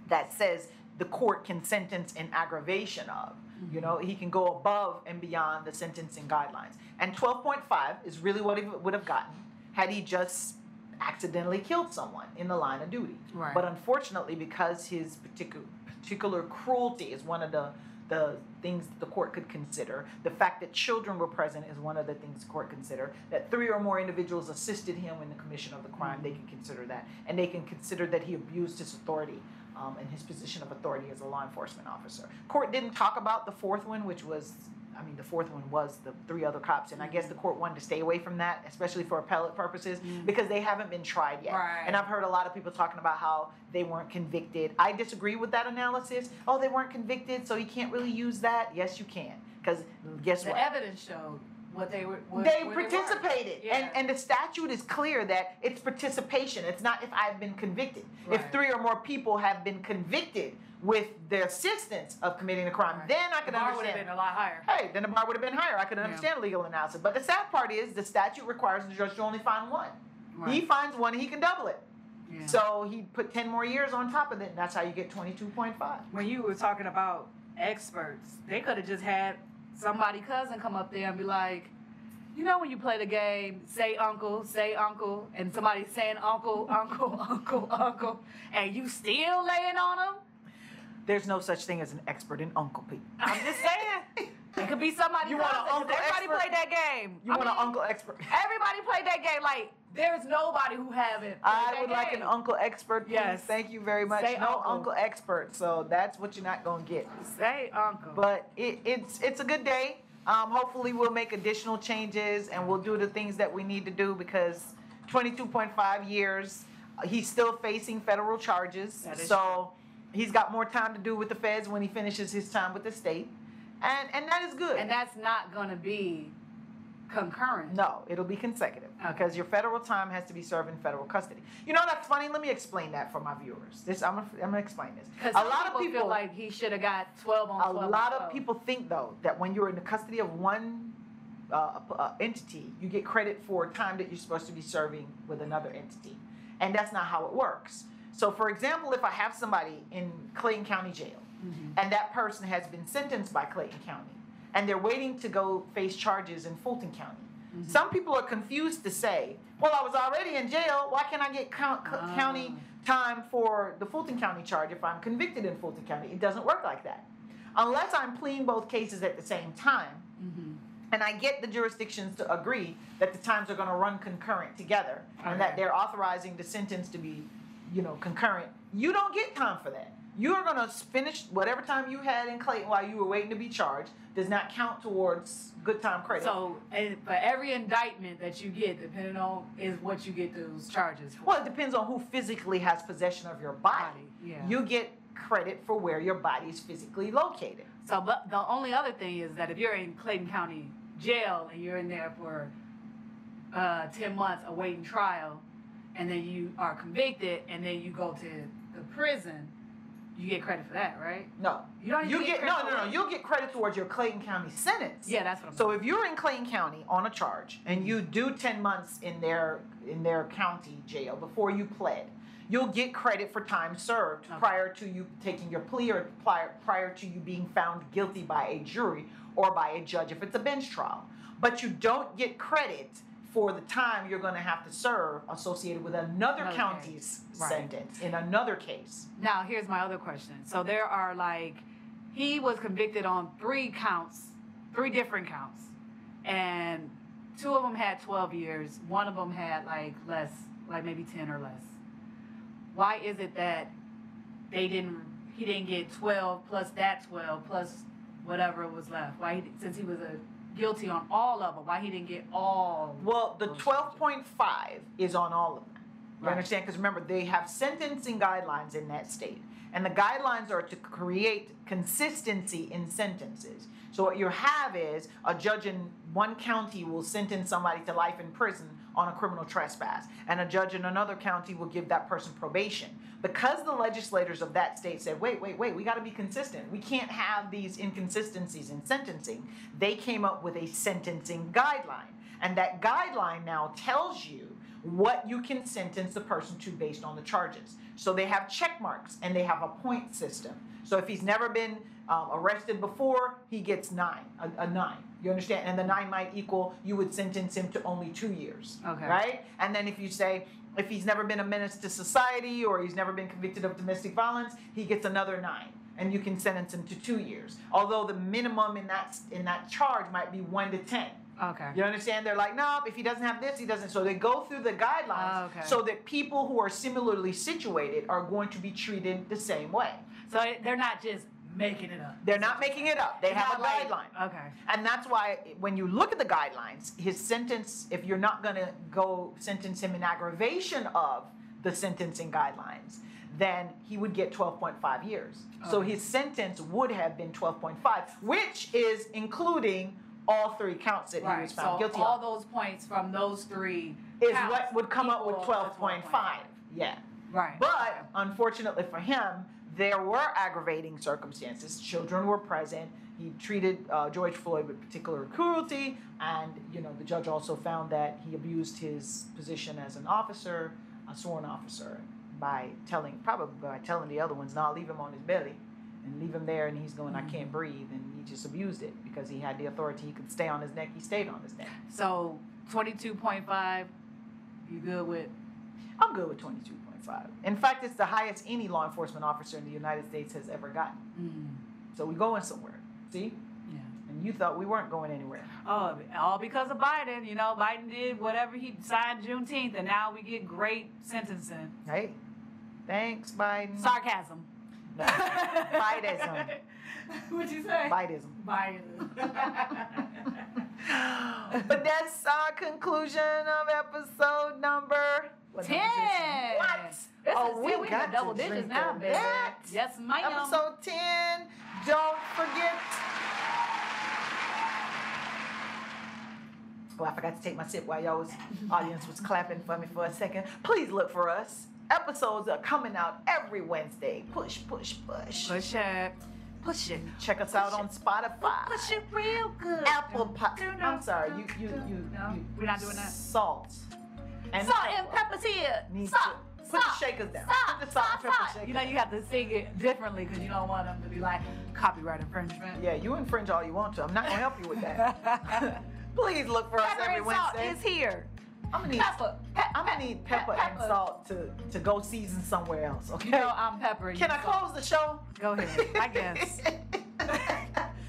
Speaker 2: that says the court can sentence in aggravation of, you know, he can go above and beyond the sentencing guidelines. And 12.5 is really what he would have gotten had he just accidentally killed someone in the line of duty.
Speaker 1: Right.
Speaker 2: But unfortunately, because his particular particular cruelty is one of the the things that the court could consider. The fact that children were present is one of the things the court consider. That three or more individuals assisted him in the commission of the crime, they can consider that, and they can consider that he abused his authority um, and his position of authority as a law enforcement officer. Court didn't talk about the fourth one, which was. I mean, the fourth one was the three other cops, and I guess the court wanted to stay away from that, especially for appellate purposes, because they haven't been tried yet.
Speaker 1: Right.
Speaker 2: And I've heard a lot of people talking about how they weren't convicted. I disagree with that analysis. Oh, they weren't convicted, so you can't really use that. Yes, you can, because guess
Speaker 1: The
Speaker 2: what?
Speaker 1: evidence showed what they were. What,
Speaker 2: they
Speaker 1: where were.
Speaker 2: participated, and
Speaker 1: Yeah.
Speaker 2: and the statute is clear that it's participation. It's not if I've been convicted. If
Speaker 1: Right.
Speaker 2: three or more people have been convicted with the assistance of committing a crime,
Speaker 1: Right.
Speaker 2: then I
Speaker 1: the
Speaker 2: can
Speaker 1: bar would have
Speaker 2: understand.
Speaker 1: been a lot higher.
Speaker 2: Hey, then the bar would have been higher. I could
Speaker 1: Yeah.
Speaker 2: understand legal analysis. But the sad part is the statute requires the judge to only find one. He finds one, he can double it.
Speaker 1: Yeah.
Speaker 2: So he put 10 more years on top of it, and that's how you get 22.5.
Speaker 1: when you were talking about experts, they could have just had somebody cousin come up there and be like, you know, when you play the game, say uncle, say uncle, and somebody's saying uncle, uncle, uncle, uncle, and you still laying on them.
Speaker 2: There's no such thing as an expert in Uncle Pete.
Speaker 1: I'm just saying, it could be somebody.
Speaker 2: You want a
Speaker 1: cousin, 'cause
Speaker 2: uncle
Speaker 1: Everybody
Speaker 2: expert?
Speaker 1: played that game.
Speaker 2: You
Speaker 1: I
Speaker 2: want an
Speaker 1: mean,
Speaker 2: uncle expert?
Speaker 1: Everybody played that game. Like there's nobody who haven't. played
Speaker 2: I
Speaker 1: that
Speaker 2: would like an
Speaker 1: game.
Speaker 2: uncle expert. Please.
Speaker 1: Yes.
Speaker 2: Thank you very much.
Speaker 1: Say
Speaker 2: no
Speaker 1: uncle.
Speaker 2: uncle expert. So that's what you're not gonna get.
Speaker 1: Say uncle.
Speaker 2: But it, it's it's a good day. Um, hopefully we'll make additional changes and we'll do the things that we need to do because 22.5 years. uh, He's still facing federal charges.
Speaker 1: That is
Speaker 2: So he's got more time to do with the feds when he finishes his time with the state. And and that is good.
Speaker 1: and that's not gonna be concurrent.
Speaker 2: No, it'll be consecutive because your federal time has to be served in federal custody. You know that's funny. Let me explain that for my viewers. This I'm gonna, I'm gonna explain this.
Speaker 1: Because
Speaker 2: A lot of
Speaker 1: feel
Speaker 2: people,
Speaker 1: like he should have got twelve on
Speaker 2: a
Speaker 1: twelve. on
Speaker 2: lot of
Speaker 1: 12.
Speaker 2: people think though that when you're in the custody of one uh, uh, entity, you get credit for time that you're supposed to be serving with another entity, and that's not how it works. So, for example, if I have somebody in Clayton County Jail,
Speaker 1: Mm-hmm.
Speaker 2: and that person has been sentenced by Clayton County, and they're waiting to go face charges in Fulton County.
Speaker 1: Mm-hmm.
Speaker 2: Some people are confused to say, well, I was already in jail. Why can't I get count, co-
Speaker 1: Ah.
Speaker 2: county time for the Fulton County charge if I'm convicted in Fulton County? It doesn't work like that. Unless I'm pleading both cases at the same time,
Speaker 1: Mm-hmm.
Speaker 2: and I get the jurisdictions to agree that the times are going to run concurrent together and that they're authorizing the sentence to be, you know, concurrent. You don't get time for that. You are going to finish whatever time you had in Clayton while you were waiting to be charged does not count towards good time credit.
Speaker 1: So, and for every indictment that you get, depending on is what you get those charges for.
Speaker 2: well, it depends on who physically has possession of your body.
Speaker 1: Body, yeah.
Speaker 2: You get credit for where your body is physically located.
Speaker 1: So, but the only other thing is that if you're in Clayton County Jail and you're in there for uh, ten months awaiting trial, and then you are convicted, and then you go to the prison, you get credit for that, right?
Speaker 2: No.
Speaker 1: You don't even
Speaker 2: You
Speaker 1: get
Speaker 2: get
Speaker 1: credit
Speaker 2: no, no, no.
Speaker 1: for-
Speaker 2: You'll get credit towards your Clayton County sentence.
Speaker 1: Yeah, that's what I'm.
Speaker 2: So if you're in Clayton County on a charge and you do ten months in their in their county jail before you pled, you'll get credit for time served
Speaker 1: Okay.
Speaker 2: prior to you taking your plea or prior prior to you being found guilty by a jury or by a judge if it's a bench trial. But you don't get credit for the time you're going to have to serve associated with another
Speaker 1: Another
Speaker 2: county's
Speaker 1: case. Right.
Speaker 2: sentence in another case.
Speaker 1: Now, here's my other question. So there are like, he was convicted on three counts, three different counts, and two of them had 12 years. One of them had like less, like maybe 10 or less. Why is it that they didn't? He didn't get 12 plus that 12 plus whatever was left. Why? He, since he was a guilty on all of them, why he didn't get all?
Speaker 2: Well, the
Speaker 1: those
Speaker 2: twelve point five is on all of them. You
Speaker 1: Right.
Speaker 2: understand? Because remember, they have sentencing guidelines in that state, and the guidelines are to create consistency in sentences. So what you have is a judge in one county will sentence somebody to life in prison on a criminal trespass, and a judge in another county will give that person probation. Because the legislators of that state said, wait, wait, wait, we got to be consistent. We can't have these inconsistencies in sentencing. They came up with a sentencing guideline. And that guideline now tells you what you can sentence the person to based on the charges. So they have check marks and they have a point system. So if he's never been um, arrested before, he gets nine, a, a nine. You understand? And the nine might equal you would sentence him to only two years.
Speaker 1: Okay.
Speaker 2: Right? And then if you say, if he's never been a menace to society or he's never been convicted of domestic violence, he gets another nine and you can sentence him to two years. Although the minimum in that in that charge might be one to ten.
Speaker 1: Okay.
Speaker 2: You understand? They're like, no, if he doesn't have this, he doesn't. So they go through the guidelines
Speaker 1: Ah, okay.
Speaker 2: so that people who are similarly situated are going to be treated the same way.
Speaker 1: So it- they're not just making it up.
Speaker 2: They're not making it up. They
Speaker 1: They're not
Speaker 2: have a
Speaker 1: like-
Speaker 2: guideline.
Speaker 1: okay.
Speaker 2: And that's why when you look at the guidelines, his sentence, if you're not going to go sentence him in aggravation of the sentencing guidelines, then he would get 12.5 years. So
Speaker 1: Okay.
Speaker 2: his sentence would have been 12.5, which is including all three counts that he
Speaker 1: Right.
Speaker 2: was
Speaker 1: So
Speaker 2: found guilty
Speaker 1: all
Speaker 2: of.
Speaker 1: those points from those three
Speaker 2: is
Speaker 1: counts
Speaker 2: what would come up with
Speaker 1: equal to
Speaker 2: 12.5. Yeah.
Speaker 1: Right.
Speaker 2: But unfortunately for him, there were aggravating circumstances. Children were present. He treated uh, George Floyd with particular cruelty, and you know the judge also found that he abused his position as an officer, a sworn officer, by telling probably by telling the other ones, "Now leave him on his belly." And leave him there, and he's going,
Speaker 1: Mm-hmm.
Speaker 2: I can't breathe. And he just abused it because he had the authority. He could stay on his neck. He stayed on his neck.
Speaker 1: so twenty-two point five. You good with?
Speaker 2: I'm good with 22.5. In fact, it's the highest any law enforcement officer in the United States has ever gotten.
Speaker 1: Mm,
Speaker 2: So we going somewhere. See?
Speaker 1: yeah.
Speaker 2: And you thought we weren't going anywhere.
Speaker 1: Oh, all because of Biden. You know, Biden did whatever he signed Juneteenth, and now we get great sentencing.
Speaker 2: Hey. Thanks, Biden.
Speaker 1: Sarcasm.
Speaker 2: No. Bidenism.
Speaker 1: What'd you say?
Speaker 2: Bidenism.
Speaker 1: Biden.
Speaker 2: but that's our conclusion of episode number what
Speaker 1: Ten.
Speaker 2: number is this? What?
Speaker 1: This
Speaker 2: Oh,
Speaker 1: is
Speaker 2: we
Speaker 1: ten. We
Speaker 2: got
Speaker 1: got
Speaker 2: to
Speaker 1: double digits
Speaker 2: drink
Speaker 1: now,
Speaker 2: on
Speaker 1: baby.
Speaker 2: that.
Speaker 1: Yes, ma'am.
Speaker 2: Episode 10. Don't forget. Well, I forgot to take my sip while y'all was audience was clapping for me for a second. Please look for us. Episodes are coming out every Wednesday. Push, push, push.
Speaker 1: Push it. Push it.
Speaker 2: Check us out on Spotify.
Speaker 1: Push it real good.
Speaker 2: Apple Pie.
Speaker 1: Do, do,
Speaker 2: I'm sorry,
Speaker 1: do,
Speaker 2: you you
Speaker 1: do.
Speaker 2: you,
Speaker 1: No,
Speaker 2: you
Speaker 1: we're not doing that.
Speaker 2: Salt. And
Speaker 1: Salt and pepper's here.
Speaker 2: Need
Speaker 1: Salt.
Speaker 2: to put
Speaker 1: salt,
Speaker 2: the shakers down.
Speaker 1: Salt.
Speaker 2: Put the salt and
Speaker 1: salt,
Speaker 2: pepper
Speaker 1: salt.
Speaker 2: shakers
Speaker 1: You know you have to sing it differently because you don't want them to be like copyright infringement.
Speaker 2: Yeah, you infringe all you want to. I'm not gonna help you with that. Please look for us
Speaker 1: Pepper
Speaker 2: every
Speaker 1: and salt
Speaker 2: Wednesday.
Speaker 1: is here.
Speaker 2: I'm gonna need
Speaker 1: Pepper. Pe-
Speaker 2: I'm gonna
Speaker 1: pe-
Speaker 2: need
Speaker 1: pe-
Speaker 2: pepper, and salt to, to go season somewhere else. Okay.
Speaker 1: You know I'm pepper. and
Speaker 2: Can
Speaker 1: you
Speaker 2: I
Speaker 1: salt.
Speaker 2: close the show?
Speaker 1: Go ahead. I guess.
Speaker 2: You're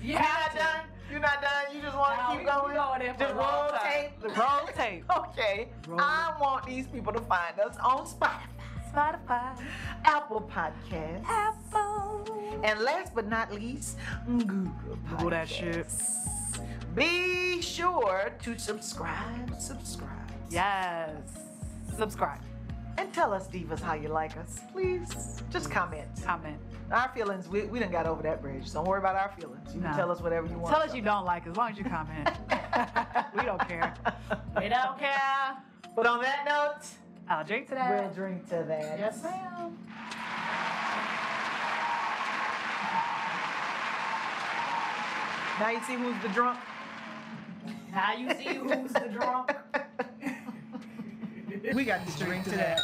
Speaker 1: You
Speaker 2: not
Speaker 1: have
Speaker 2: done. You're not done. You just want
Speaker 1: No,
Speaker 2: to
Speaker 1: we-
Speaker 2: keep
Speaker 1: we
Speaker 2: going.
Speaker 1: going in for
Speaker 2: just
Speaker 1: a long
Speaker 2: roll
Speaker 1: time.
Speaker 2: tape.
Speaker 1: Roll tape.
Speaker 2: Okay.
Speaker 1: Roll
Speaker 2: I want these people to find us on Spotify.
Speaker 1: Spotify.
Speaker 2: Apple Podcasts.
Speaker 1: Apple.
Speaker 2: And last but not least, Google Podcasts.
Speaker 1: Google that shit.
Speaker 2: Be sure to subscribe, subscribe.
Speaker 1: Yes. Subscribe.
Speaker 2: And tell us, divas, how you like us. Please, just comment.
Speaker 1: Comment.
Speaker 2: Our feelings, we, we done got over that bridge. Don't worry about our feelings. You can
Speaker 1: No.
Speaker 2: tell us whatever you want.
Speaker 1: Tell us you don't like as long as you comment. we don't care. We don't care.
Speaker 2: But on that note,
Speaker 1: I'll drink to that.
Speaker 2: we'll drink to that.
Speaker 1: Yes, ma'am.
Speaker 2: Now you see who's the drunk?
Speaker 1: Now you see who's the drunk.
Speaker 2: we got to drink to that.